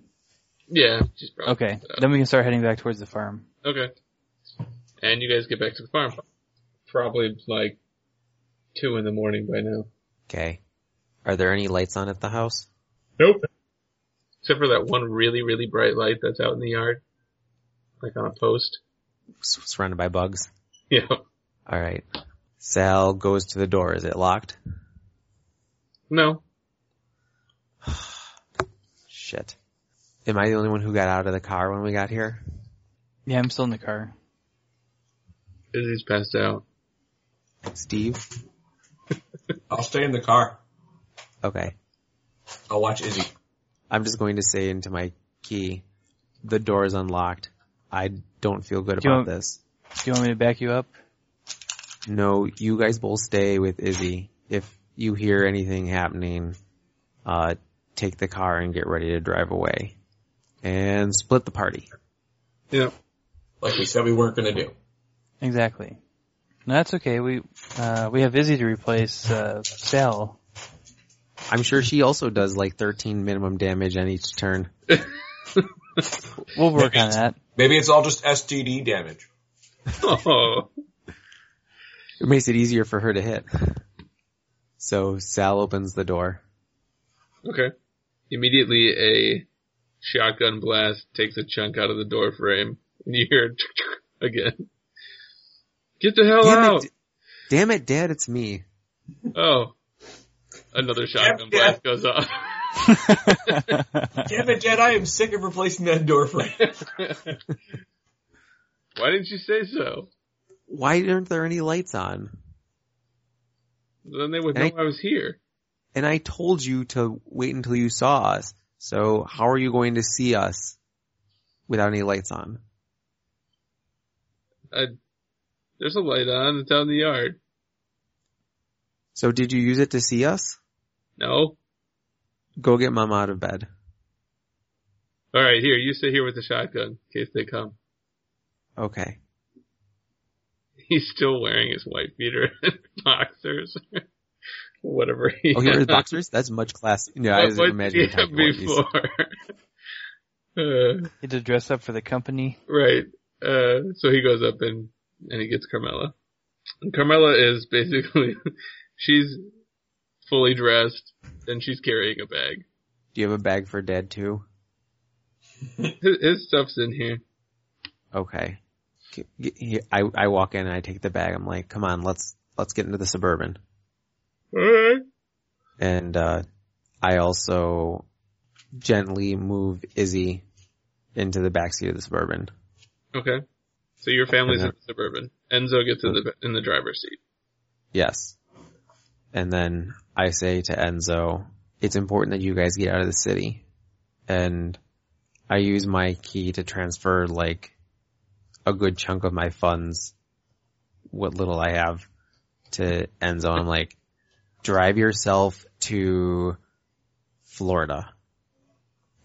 [SPEAKER 3] yeah. she's probably-
[SPEAKER 4] Okay. Then we can start heading back towards the farm.
[SPEAKER 3] Okay. And you guys get back to the farm. Probably like two in the morning by now.
[SPEAKER 5] Okay. Are there any lights on at the house?
[SPEAKER 3] Nope. Except for that one really, really bright light that's out in the yard. Like on a post.
[SPEAKER 5] S- Surrounded by bugs.
[SPEAKER 3] Yeah.
[SPEAKER 5] All right. Sal goes to the door. Is it locked?
[SPEAKER 3] No.
[SPEAKER 5] Shit. Am I the only one who got out of the car when we got here?
[SPEAKER 4] Yeah, I'm still in the car.
[SPEAKER 3] Izzy's passed out.
[SPEAKER 5] Steve?
[SPEAKER 2] I'll stay in the car.
[SPEAKER 5] Okay.
[SPEAKER 2] I'll watch Izzy.
[SPEAKER 5] I'm just going to say into my key, the door is unlocked. I don't feel good
[SPEAKER 4] Do you
[SPEAKER 5] about
[SPEAKER 4] want-
[SPEAKER 5] this.
[SPEAKER 4] Do you want me to back you up?
[SPEAKER 5] No, you guys both stay with Izzy. If you hear anything happening, uh, take the car and get ready to drive away. And split the party.
[SPEAKER 3] Yeah.
[SPEAKER 2] Like we said we weren't gonna do.
[SPEAKER 4] Exactly. No, that's okay. We, uh, we have Izzy to replace, uh, Sal.
[SPEAKER 5] I'm sure she also does like 13 minimum damage on each turn.
[SPEAKER 4] We'll work on that.
[SPEAKER 2] Maybe it's all just STD damage.
[SPEAKER 3] Oh.
[SPEAKER 5] It makes it easier for her to hit. So Sal opens the door.
[SPEAKER 3] Okay. Immediately a shotgun blast takes a chunk out of the door frame. And you hear again. Get the hell
[SPEAKER 5] Damn it,
[SPEAKER 3] out!
[SPEAKER 5] d- damn it, Dad, it's me.
[SPEAKER 3] Oh. Another shotgun
[SPEAKER 2] yeah.
[SPEAKER 3] blast goes off.
[SPEAKER 2] Damn it, Dad, I am sick of replacing that door frame.
[SPEAKER 3] Why didn't you say so?
[SPEAKER 5] Why aren't there any lights on?
[SPEAKER 3] Then they would know
[SPEAKER 5] Hey.
[SPEAKER 3] I was here.
[SPEAKER 5] And I told you to wait until you saw us. So how are you going to see us without any lights on?
[SPEAKER 3] I, there's a light on. It's out in the yard.
[SPEAKER 5] So did you use it to see us?
[SPEAKER 3] No.
[SPEAKER 5] Go get mom out of bed.
[SPEAKER 3] All right, here. You sit here with the shotgun in case they come.
[SPEAKER 5] Okay.
[SPEAKER 3] He's still wearing his white beater and boxers, whatever. He
[SPEAKER 5] Oh, here are the
[SPEAKER 3] had.
[SPEAKER 5] boxers? That's much class. Yeah, I was
[SPEAKER 3] What
[SPEAKER 5] imagining
[SPEAKER 3] did
[SPEAKER 5] tactical
[SPEAKER 3] he
[SPEAKER 5] one
[SPEAKER 3] have
[SPEAKER 5] of these.
[SPEAKER 3] before? uh,
[SPEAKER 4] Get to dress up for the company.
[SPEAKER 3] right. Uh, so he goes up and and he gets Carmela. And Carmela is basically she's fully dressed and she's carrying a bag.
[SPEAKER 5] Do you have a bag for dad too?
[SPEAKER 3] His, his stuff's in here.
[SPEAKER 5] Okay. G- g- he- I, I walk in and I take the bag. I'm like, come on, let's, let's get into the suburban.
[SPEAKER 3] All right.
[SPEAKER 5] And, uh, I also gently move Izzy into the backseat of the suburban.
[SPEAKER 3] Okay. So your family's
[SPEAKER 5] And
[SPEAKER 3] in the suburban. Enzo gets in the in the driver's seat.
[SPEAKER 5] Yes. And then I say to Enzo, it's important that you guys get out of the city. And I use my key to transfer like a good chunk of my funds, what little I have to Enzo. And I'm like, drive yourself to Florida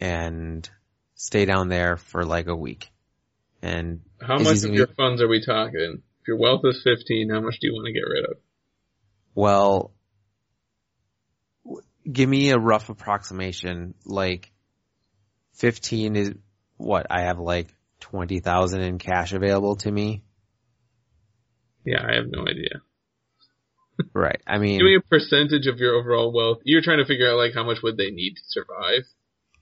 [SPEAKER 5] and stay down there for like a week. And
[SPEAKER 3] How
[SPEAKER 5] Is
[SPEAKER 3] much
[SPEAKER 5] he
[SPEAKER 3] of
[SPEAKER 5] gonna-
[SPEAKER 3] your funds are we talking? If your wealth is fifteen, how much do you want to get rid of?
[SPEAKER 5] Well, w- give me a rough approximation. Like, 15 is what? I have like 20,000 in cash available to me.
[SPEAKER 3] Yeah, I have no idea.
[SPEAKER 5] Right. I
[SPEAKER 3] Give me
[SPEAKER 5] mean,
[SPEAKER 3] a percentage of your overall wealth. You're trying to figure out like how much would they need to survive.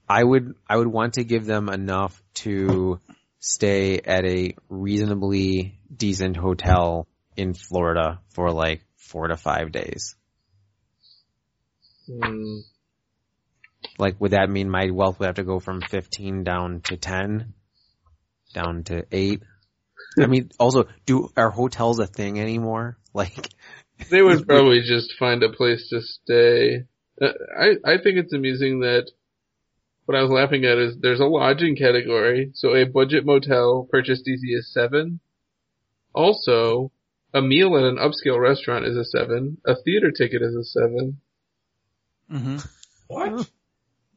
[SPEAKER 5] I would, I would want to give them enough to stay at a reasonably decent hotel in Florida for like four to five days.
[SPEAKER 3] Hmm.
[SPEAKER 5] Like, would that mean my wealth would have to go from 15 down to 10? Down to 8? I mean, also, do, are hotels a thing anymore? Like,
[SPEAKER 3] They would probably just find a place to stay. Uh, I I think it's amusing that what I was laughing at is there's a lodging category. So a budget motel purchased easy is seven. Also, a meal at an upscale restaurant is a seven. A theater ticket is a seven.
[SPEAKER 4] Mm-hmm.
[SPEAKER 2] What?
[SPEAKER 4] No,
[SPEAKER 3] An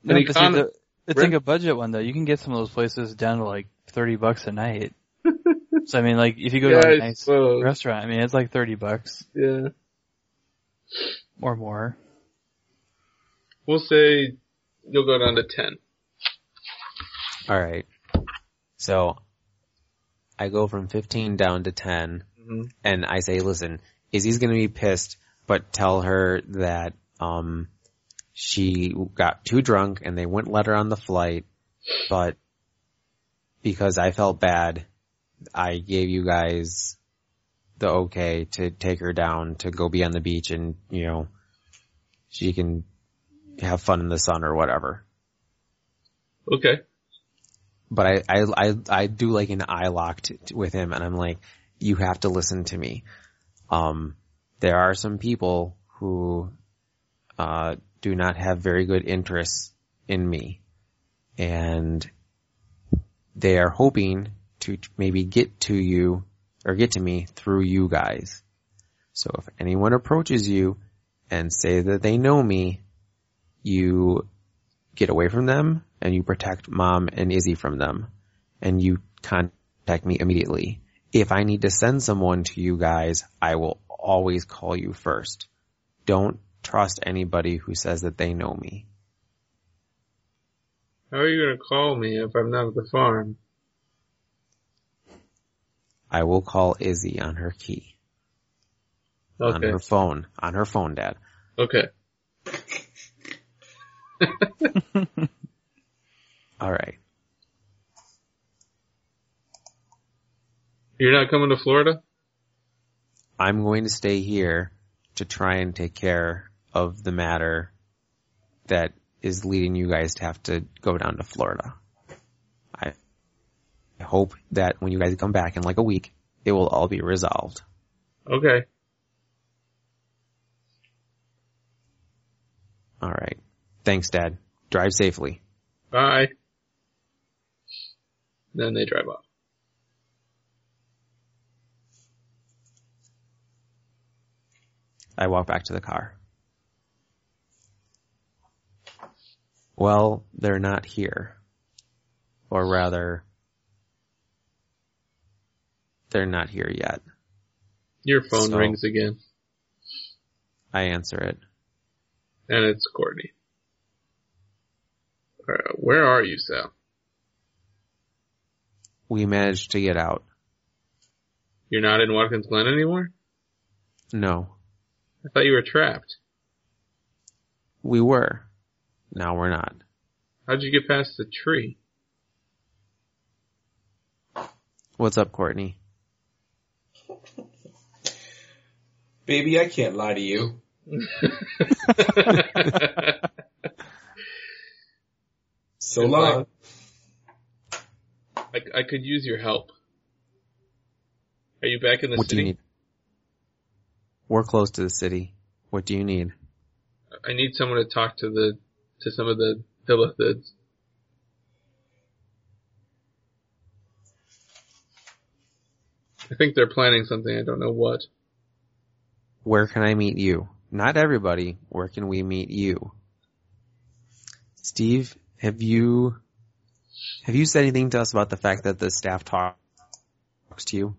[SPEAKER 4] but see,
[SPEAKER 3] econ-
[SPEAKER 4] the, it's like a budget one though. You can get some of those places down to like 30 bucks a night. So I mean, like if you go
[SPEAKER 3] Yeah,
[SPEAKER 4] to
[SPEAKER 3] I
[SPEAKER 4] a nice
[SPEAKER 3] suppose.
[SPEAKER 4] restaurant, I mean it's like thirty bucks
[SPEAKER 3] Yeah.
[SPEAKER 4] or more.
[SPEAKER 3] We'll say you'll go down to 10.
[SPEAKER 5] All right. So I go from 15 down to 10
[SPEAKER 3] Mhm.
[SPEAKER 5] and I say, listen, Izzy's going to be pissed, but tell her that, um, she got too drunk and they wouldn't let her on the flight, but because I felt bad, I gave you guys the okay to take her down to go be on the beach and, you know, she can have fun in the sun or whatever
[SPEAKER 3] Okay.
[SPEAKER 5] but I, I, I, I do like an eye lock t- t- with him and I'm like, you have to listen to me. Um, there are some people who, uh, do not have very good interests in me and they are hoping to t- maybe get to you or get to me through you guys. So if anyone approaches you and say that they know me, you get away from them and you protect mom and Izzy from them and you contact me immediately. If I need to send someone to you guys, I will always call you first. Don't trust anybody who says that they know me.
[SPEAKER 3] How are you going to call me if I'm not at the farm?
[SPEAKER 5] I will call Izzy on her key, on
[SPEAKER 3] Okay.
[SPEAKER 5] her phone, on her phone, dad.
[SPEAKER 3] Okay.
[SPEAKER 5] All right.
[SPEAKER 3] You're not coming to Florida?
[SPEAKER 5] I'm going to stay here to try and take care of the matter that is leading you guys to have to go down to Florida. I I hope that when you guys come back in like a week, it will all be resolved.
[SPEAKER 3] Okay.
[SPEAKER 5] All right. Thanks, Dad. Drive safely.
[SPEAKER 3] Bye. Then they drive off.
[SPEAKER 5] I walk back to the car. Well, they're not here. Or rather, they're not here yet.
[SPEAKER 3] Your phone
[SPEAKER 5] So-
[SPEAKER 3] rings again,
[SPEAKER 5] I answer it.
[SPEAKER 3] and it's Courtney. Uh, where are you, Sal?
[SPEAKER 5] we managed to get out.
[SPEAKER 3] You're not in Watkins Glen anymore?
[SPEAKER 5] No,
[SPEAKER 3] I thought you were trapped.
[SPEAKER 5] we were. Now we're not.
[SPEAKER 3] How'd you get past the tree?
[SPEAKER 5] What's up, Courtney?
[SPEAKER 2] Baby, I can't lie to you. So
[SPEAKER 3] Good
[SPEAKER 2] long.
[SPEAKER 3] luck. I, I could use your help. Are you back in the
[SPEAKER 5] what do
[SPEAKER 3] city?
[SPEAKER 5] you need? We're close to the city. What do you need?
[SPEAKER 3] I need someone to talk to the to some of the Hillithids. I think they're planning something. I don't know what.
[SPEAKER 5] Where can I meet you? Not everybody. Where can we meet you? Steve, have you have you said anything to us about the fact that the staff talk- talks to you?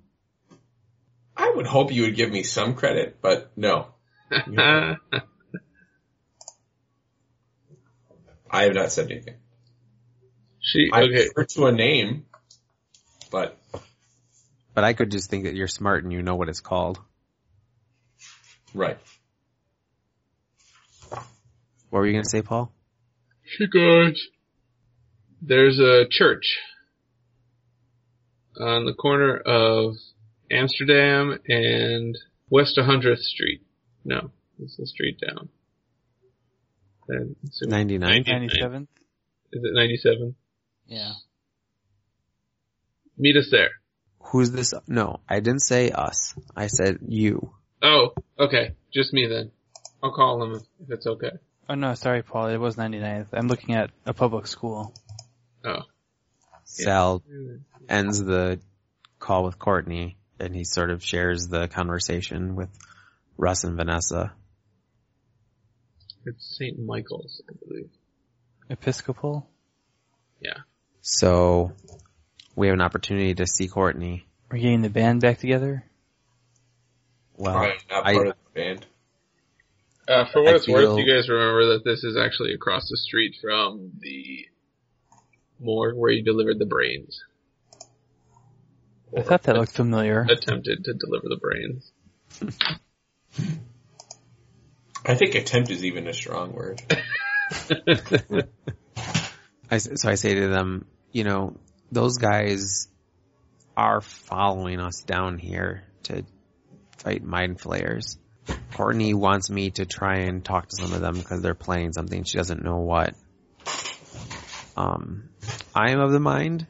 [SPEAKER 2] I would hope you would give me some credit, but no. I have not said anything.
[SPEAKER 3] she
[SPEAKER 2] I
[SPEAKER 3] okay.
[SPEAKER 2] refer to a name, but
[SPEAKER 5] But I could just think that you're smart and you know what it's called.
[SPEAKER 2] right.
[SPEAKER 5] What were you gonna say, Paul?
[SPEAKER 3] She goes. There's a church on the corner of Amsterdam and West 100th Street. No, it's the street down. And-
[SPEAKER 5] Ninety nine.
[SPEAKER 4] Ninety seventh.
[SPEAKER 3] Is it 97?
[SPEAKER 4] Yeah.
[SPEAKER 3] Meet us there.
[SPEAKER 5] Who's this? No, I didn't say us. I said you.
[SPEAKER 3] Oh, okay. Just me then. I'll call him if it's okay.
[SPEAKER 4] Oh no, sorry, Paul. It was 99th. I'm looking at a public school.
[SPEAKER 3] Oh.
[SPEAKER 5] Sal ends the call with Courtney and he sort of shares the conversation with Russ and Vanessa.
[SPEAKER 3] It's St. Michael's, I believe.
[SPEAKER 4] Episcopal.
[SPEAKER 3] Yeah.
[SPEAKER 5] So we have an opportunity to see Courtney
[SPEAKER 4] We're getting the band back together.
[SPEAKER 5] Well,
[SPEAKER 2] I'm not
[SPEAKER 5] I-
[SPEAKER 2] part of the band.
[SPEAKER 3] Uh, for what
[SPEAKER 5] I
[SPEAKER 3] it's worth,
[SPEAKER 5] feel-
[SPEAKER 3] you guys remember that this is actually across the street from the morgue where you delivered the brains.
[SPEAKER 4] I thought that looked familiar.
[SPEAKER 3] Attempted to deliver the brains.
[SPEAKER 2] I think attempt is even a strong word.
[SPEAKER 5] I s so I say to them, you know, those guys are following us down here to fight mind flayers. Courtney wants me to try and talk to some of them because they're playing something. She doesn't know what. Um, I am of the mind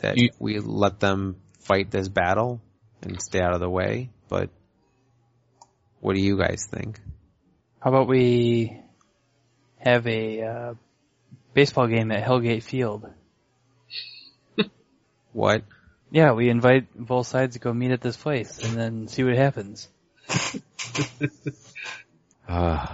[SPEAKER 5] that
[SPEAKER 3] You-
[SPEAKER 5] we let them fight this battle and stay out of the way, but what do you guys think?
[SPEAKER 4] How about we have a uh, baseball game at Hellgate Field?
[SPEAKER 5] What?
[SPEAKER 4] Yeah, we invite both sides to go meet at this place and then see what happens.
[SPEAKER 5] Uh,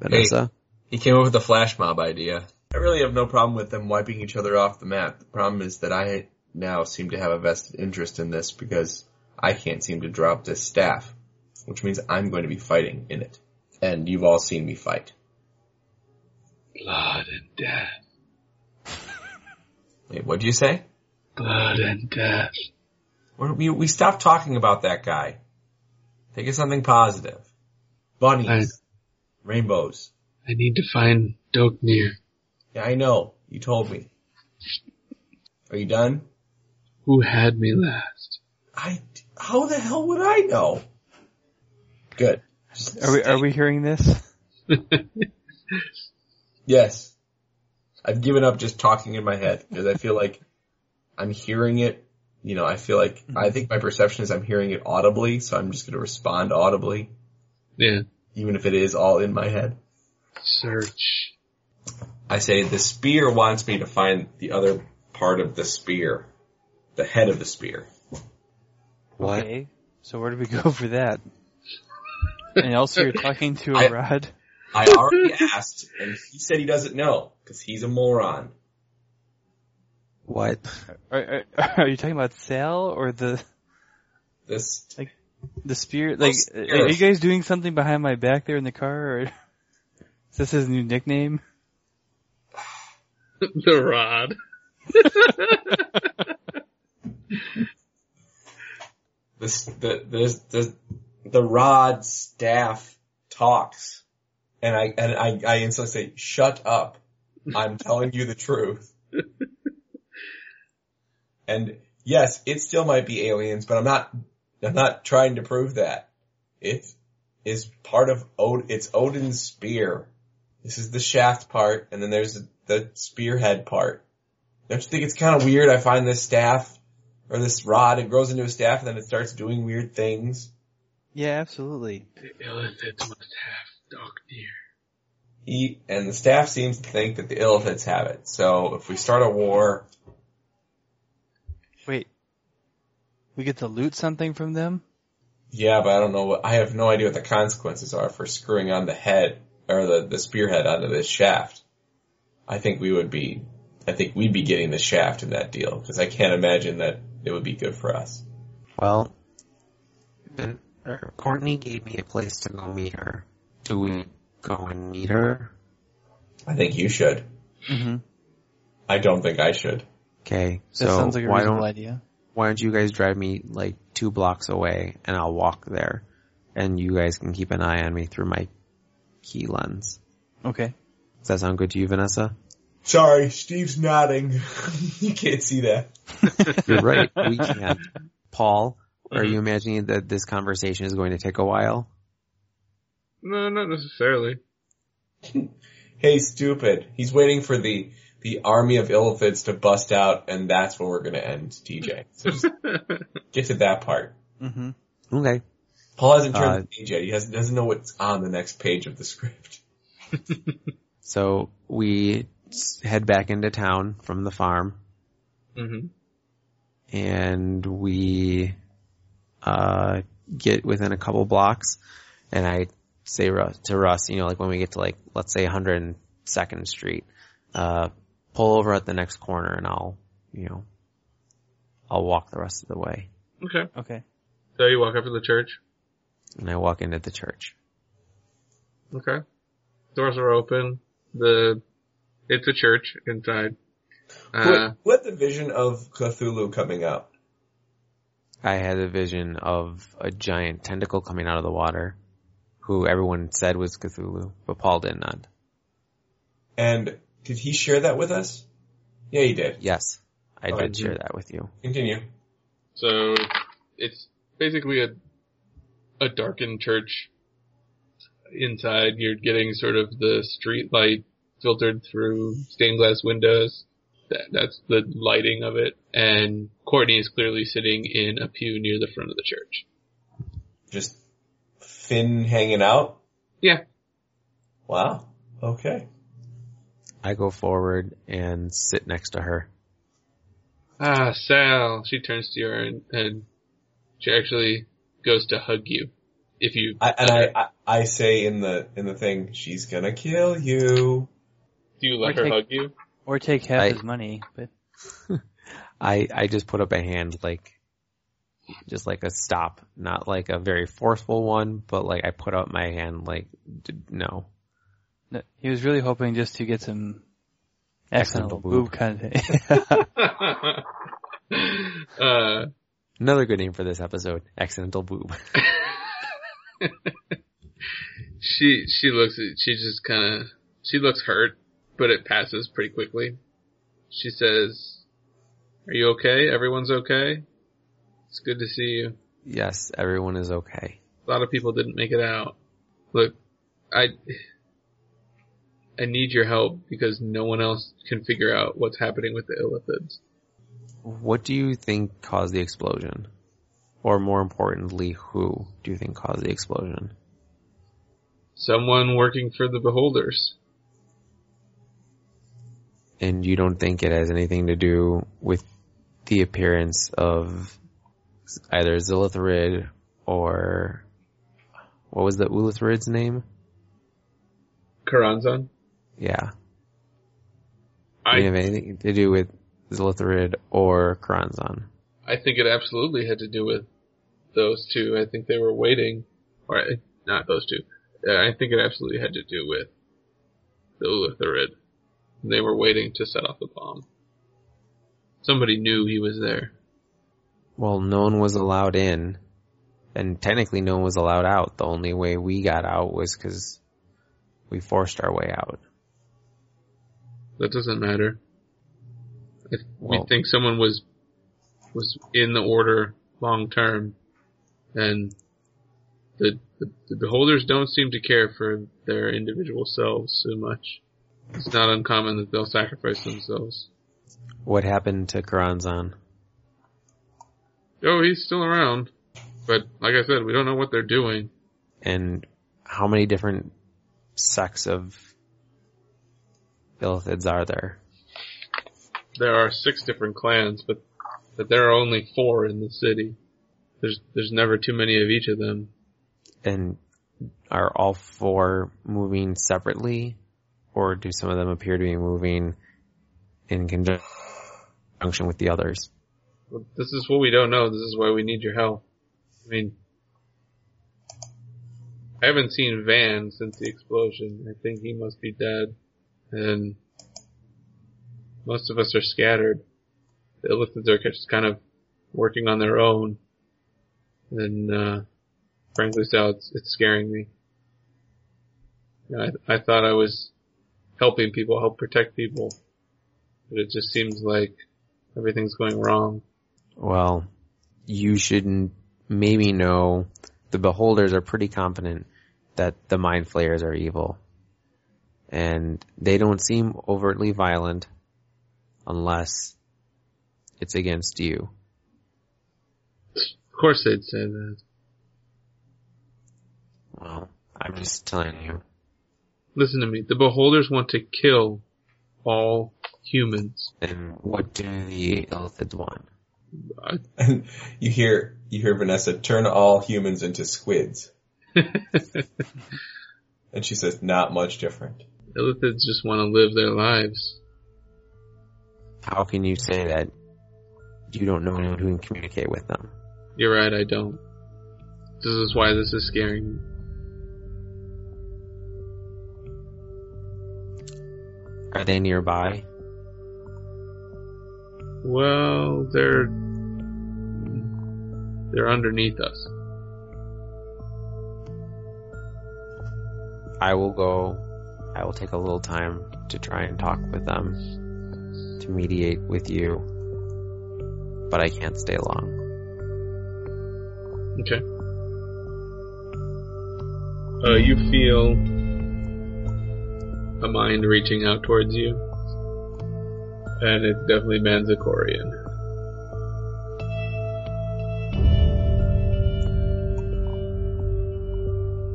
[SPEAKER 5] Vanessa?
[SPEAKER 2] He came up with the flash mob idea. I really have no problem with them wiping each other off the map. The problem is that I now seem to have a vested interest in this because I can't seem to drop this staff, which means I'm going to be fighting in it. And you've all seen me fight.
[SPEAKER 3] Blood and death.
[SPEAKER 2] Wait, what do you say?
[SPEAKER 3] Blood and death.
[SPEAKER 2] We're- We, we stopped talking about that guy. Think of something positive. Bunnies. Rainbows.
[SPEAKER 3] I need to find Doknir.
[SPEAKER 2] Yeah, I know. You told me. Are you done?
[SPEAKER 3] Who had me last?
[SPEAKER 2] I, how the hell would I know? Good.
[SPEAKER 4] Are we are we hearing this?
[SPEAKER 2] Yes. I've given up just talking in my head because I feel like I'm hearing it. You know, I feel like, I think my perception is I'm hearing it audibly, so I'm just going to respond audibly,
[SPEAKER 3] yeah.
[SPEAKER 2] even if it is all in my head.
[SPEAKER 3] Search.
[SPEAKER 2] I say, the spear wants me to find the other part of the spear, the head of the spear.
[SPEAKER 5] What?
[SPEAKER 4] Okay. So where do we go for that? And also you're talking to a
[SPEAKER 2] I-
[SPEAKER 4] rod.
[SPEAKER 2] I already asked, and he said he doesn't know because he's a moron.
[SPEAKER 5] What?
[SPEAKER 4] Are, are, are you talking about Sal or the
[SPEAKER 2] This
[SPEAKER 4] the spirit? Like, uh,
[SPEAKER 2] Oh,
[SPEAKER 4] are you guys doing something behind my back there in the car? Or is this his new nickname?
[SPEAKER 3] the rod.
[SPEAKER 2] this the the the the rod staff talks, and I and I I instantly say, "Shut up! I'm telling you the truth." and yes, it still might be aliens, but I'm not I'm not trying to prove that. It is part of Od- it's Odin's spear. This is the shaft part, and then there's the spearhead part. Don't you think it's kind of weird? I find this staff or this rod, it grows into a staff and then it starts doing weird things.
[SPEAKER 4] Yeah, absolutely.
[SPEAKER 3] The Illithids must have Doknir.
[SPEAKER 2] He, and the staff seems to think that the Illithids have it. So if we start a war,
[SPEAKER 4] Wait, we get to loot something from them?
[SPEAKER 2] yeah, but I don't know what, I have no idea what the consequences are for screwing on the head or the, the spearhead onto this shaft. I think we would be, I think we'd be getting the shaft in that deal because I can't imagine that it would be good for us.
[SPEAKER 5] Well, then, er, Courtney gave me a place to go meet her. Do we go and meet her?
[SPEAKER 2] I think you should.
[SPEAKER 4] Mm-hmm. That
[SPEAKER 2] I don't think I should.
[SPEAKER 5] Okay, so
[SPEAKER 4] sounds like a
[SPEAKER 5] why
[SPEAKER 4] reasonable
[SPEAKER 5] don't
[SPEAKER 4] idea.
[SPEAKER 5] why don't you guys drive me like two blocks away and I'll walk there, and you guys can keep an eye on me through my key lens.
[SPEAKER 4] Okay.
[SPEAKER 5] Does that sound good to you, Vanessa?
[SPEAKER 2] Sorry, Steve's nodding. you can't see that.
[SPEAKER 5] You're right. Mm-hmm. We can't. Paul, are you imagining that this conversation is going to take a while?
[SPEAKER 3] No, not necessarily.
[SPEAKER 2] Hey, stupid. He's waiting for the the army of Illithids to bust out, and that's where we're gonna end, TJ. So just get to that part.
[SPEAKER 4] Mm-hmm.
[SPEAKER 5] Okay.
[SPEAKER 2] Paul hasn't turned
[SPEAKER 5] Uh,
[SPEAKER 2] the page yet. He has, doesn't know what's on the next page of the script.
[SPEAKER 5] So we s- head back into town from the farm.
[SPEAKER 3] hmm
[SPEAKER 5] and we uh, get within a couple blocks, and I say Ru- to Russ, you know, like when we get to like let's say 102nd Street, uh, pull over at the next corner, and I'll, you know, I'll walk the rest of the way.
[SPEAKER 3] Okay.
[SPEAKER 4] Okay.
[SPEAKER 3] So you walk up to the church.
[SPEAKER 5] and I walk into the church.
[SPEAKER 3] Okay. Doors are open. The it's a church inside. Uh,
[SPEAKER 2] What, what the vision of Cthulhu coming up?
[SPEAKER 5] I had a vision of a giant tentacle coming out of the water, who everyone said was Cthulhu, but Paul did not.
[SPEAKER 2] And did he share that with us? Yeah, he did.
[SPEAKER 5] Yes, I
[SPEAKER 2] Oh,
[SPEAKER 5] did
[SPEAKER 2] you-
[SPEAKER 5] share that with you.
[SPEAKER 2] Continue.
[SPEAKER 3] so it's basically a a darkened church. Inside, you're getting sort of the street light filtered through stained glass windows. That, that's the lighting of it. And Courtney is clearly sitting in a pew near the front of the church.
[SPEAKER 2] Just Finn hanging out.
[SPEAKER 3] Yeah.
[SPEAKER 2] Wow. Okay.
[SPEAKER 5] I go forward and sit next to her.
[SPEAKER 3] Ah, Sal. She turns to you and, and she actually goes to hug you. If you,
[SPEAKER 2] I, and I, I, I say in the in the thing, she's gonna kill you.
[SPEAKER 3] do you let her
[SPEAKER 4] Okay.
[SPEAKER 3] hug you?
[SPEAKER 4] Or take half
[SPEAKER 5] I-
[SPEAKER 4] his money, but
[SPEAKER 5] I I just put up a hand like, just like a stop, not like a very forceful one, but like I put up my hand like d- no.
[SPEAKER 4] no, he was really hoping just to get some accidental
[SPEAKER 5] Accidental
[SPEAKER 4] boob
[SPEAKER 5] boob.
[SPEAKER 4] content.
[SPEAKER 3] uh,
[SPEAKER 5] Another good name for this episode: accidental boob.
[SPEAKER 3] she, she looks, at- she just kind of, she looks hurt, but it passes pretty quickly. She says, are you okay? Everyone's okay? It's good to see you.
[SPEAKER 5] yes, everyone is okay.
[SPEAKER 3] A lot of people didn't make it out. Look, I I need your help because no one else can figure out what's happening with the Illithids.
[SPEAKER 5] What do you think caused the explosion? Or more importantly, who do you think caused the explosion?
[SPEAKER 3] Someone working for the Beholders.
[SPEAKER 5] And you don't think it has anything to do with the appearance of either Zilithrid or what was the Ulithrid's name?
[SPEAKER 3] Karanzan?
[SPEAKER 5] Yeah.
[SPEAKER 3] I
[SPEAKER 5] Didn't have anything to do with Zilithrid or Kranzon.
[SPEAKER 3] I think it absolutely had to do with those two. I think they were waiting, or I- not those two. Uh, I think it absolutely had to do with the Ulitharid. They were waiting to set off the bomb. Somebody knew he was there.
[SPEAKER 5] Well, no one was allowed in, and technically no one was allowed out. The only way we got out was because we forced our way out.
[SPEAKER 3] That doesn't matter. If we
[SPEAKER 5] Well-
[SPEAKER 3] think someone was was in the order long term, and the, the the beholders don't seem to care for their individual selves so much. It's not uncommon that they'll sacrifice themselves.
[SPEAKER 5] What happened to Karanzan?
[SPEAKER 3] Oh, he's still around, but like I said, we don't know what they're doing.
[SPEAKER 5] And how many different sects of Illithids are there?
[SPEAKER 3] There are six different clans, but but there are only four in the city. There's there's never too many of each of them.
[SPEAKER 5] And are all four moving separately? Or do some of them appear to be moving in conjunction with the others?
[SPEAKER 3] Well, This is what we don't know. This is why we need your help. I mean, I haven't seen Van since the explosion. I think he must be dead. And most of us are scattered. The Illithids are just kind of working on their own. And, uh, frankly, Sal, it's, it's scaring me. You know, I, I thought I was helping people, help protect people. But it just seems like everything's going wrong.
[SPEAKER 5] Well, you should n- maybe know the beholders are pretty confident that the mind flayers are evil. And they don't seem overtly violent unless it's against you.
[SPEAKER 3] Of course they'd say that.
[SPEAKER 5] Well, I'm just telling you.
[SPEAKER 3] Listen to me. The beholders want to kill all humans.
[SPEAKER 5] And what do the Illithids want?
[SPEAKER 2] And you hear you hear Vanessa turn all humans into squids, and she says, "Not much different."
[SPEAKER 3] Illithids just want to live their lives.
[SPEAKER 5] How can you say that you don't know anyone who can communicate with them?
[SPEAKER 3] You're right, I don't. This is why this is scaring me.
[SPEAKER 5] Are they nearby?
[SPEAKER 3] Well, they're they're underneath us.
[SPEAKER 5] I will go. I will take a little time to try and talk with them, to mediate with you. But I can't stay long.
[SPEAKER 3] Okay. Uh, you feel a mind reaching out towards you, and it's definitely Manzikorian.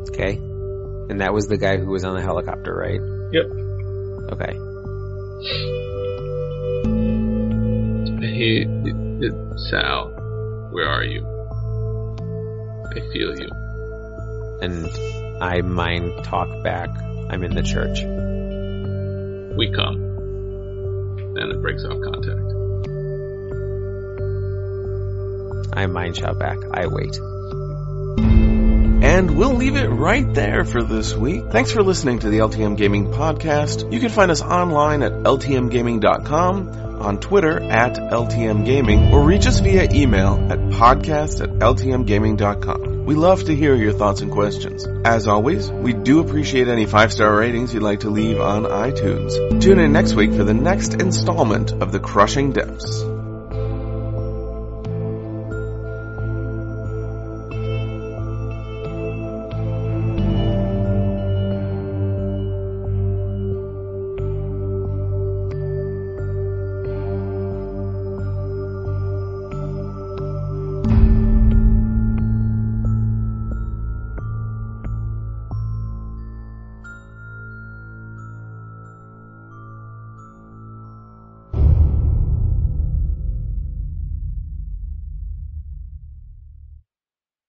[SPEAKER 5] Okay. And that was the guy who was on the helicopter, right?
[SPEAKER 3] Yep.
[SPEAKER 5] Okay.
[SPEAKER 3] He, it, it- Sal, where are you? I feel you.
[SPEAKER 5] And I mind talk back. I'm in the church.
[SPEAKER 3] We come. And it breaks off contact.
[SPEAKER 5] I mind shout back. I wait.
[SPEAKER 1] And we'll leave it right there for this week. Thanks for listening to the LTM Gaming Podcast. You can find us online at ltmgaming.com, on Twitter at ltmgaming, or reach us via email at podcast at ltmgaming.com. We love to hear your thoughts and questions. As always, we do appreciate any five-star ratings you'd like to leave on iTunes. Tune in next week for the next installment of The Crushing Depths.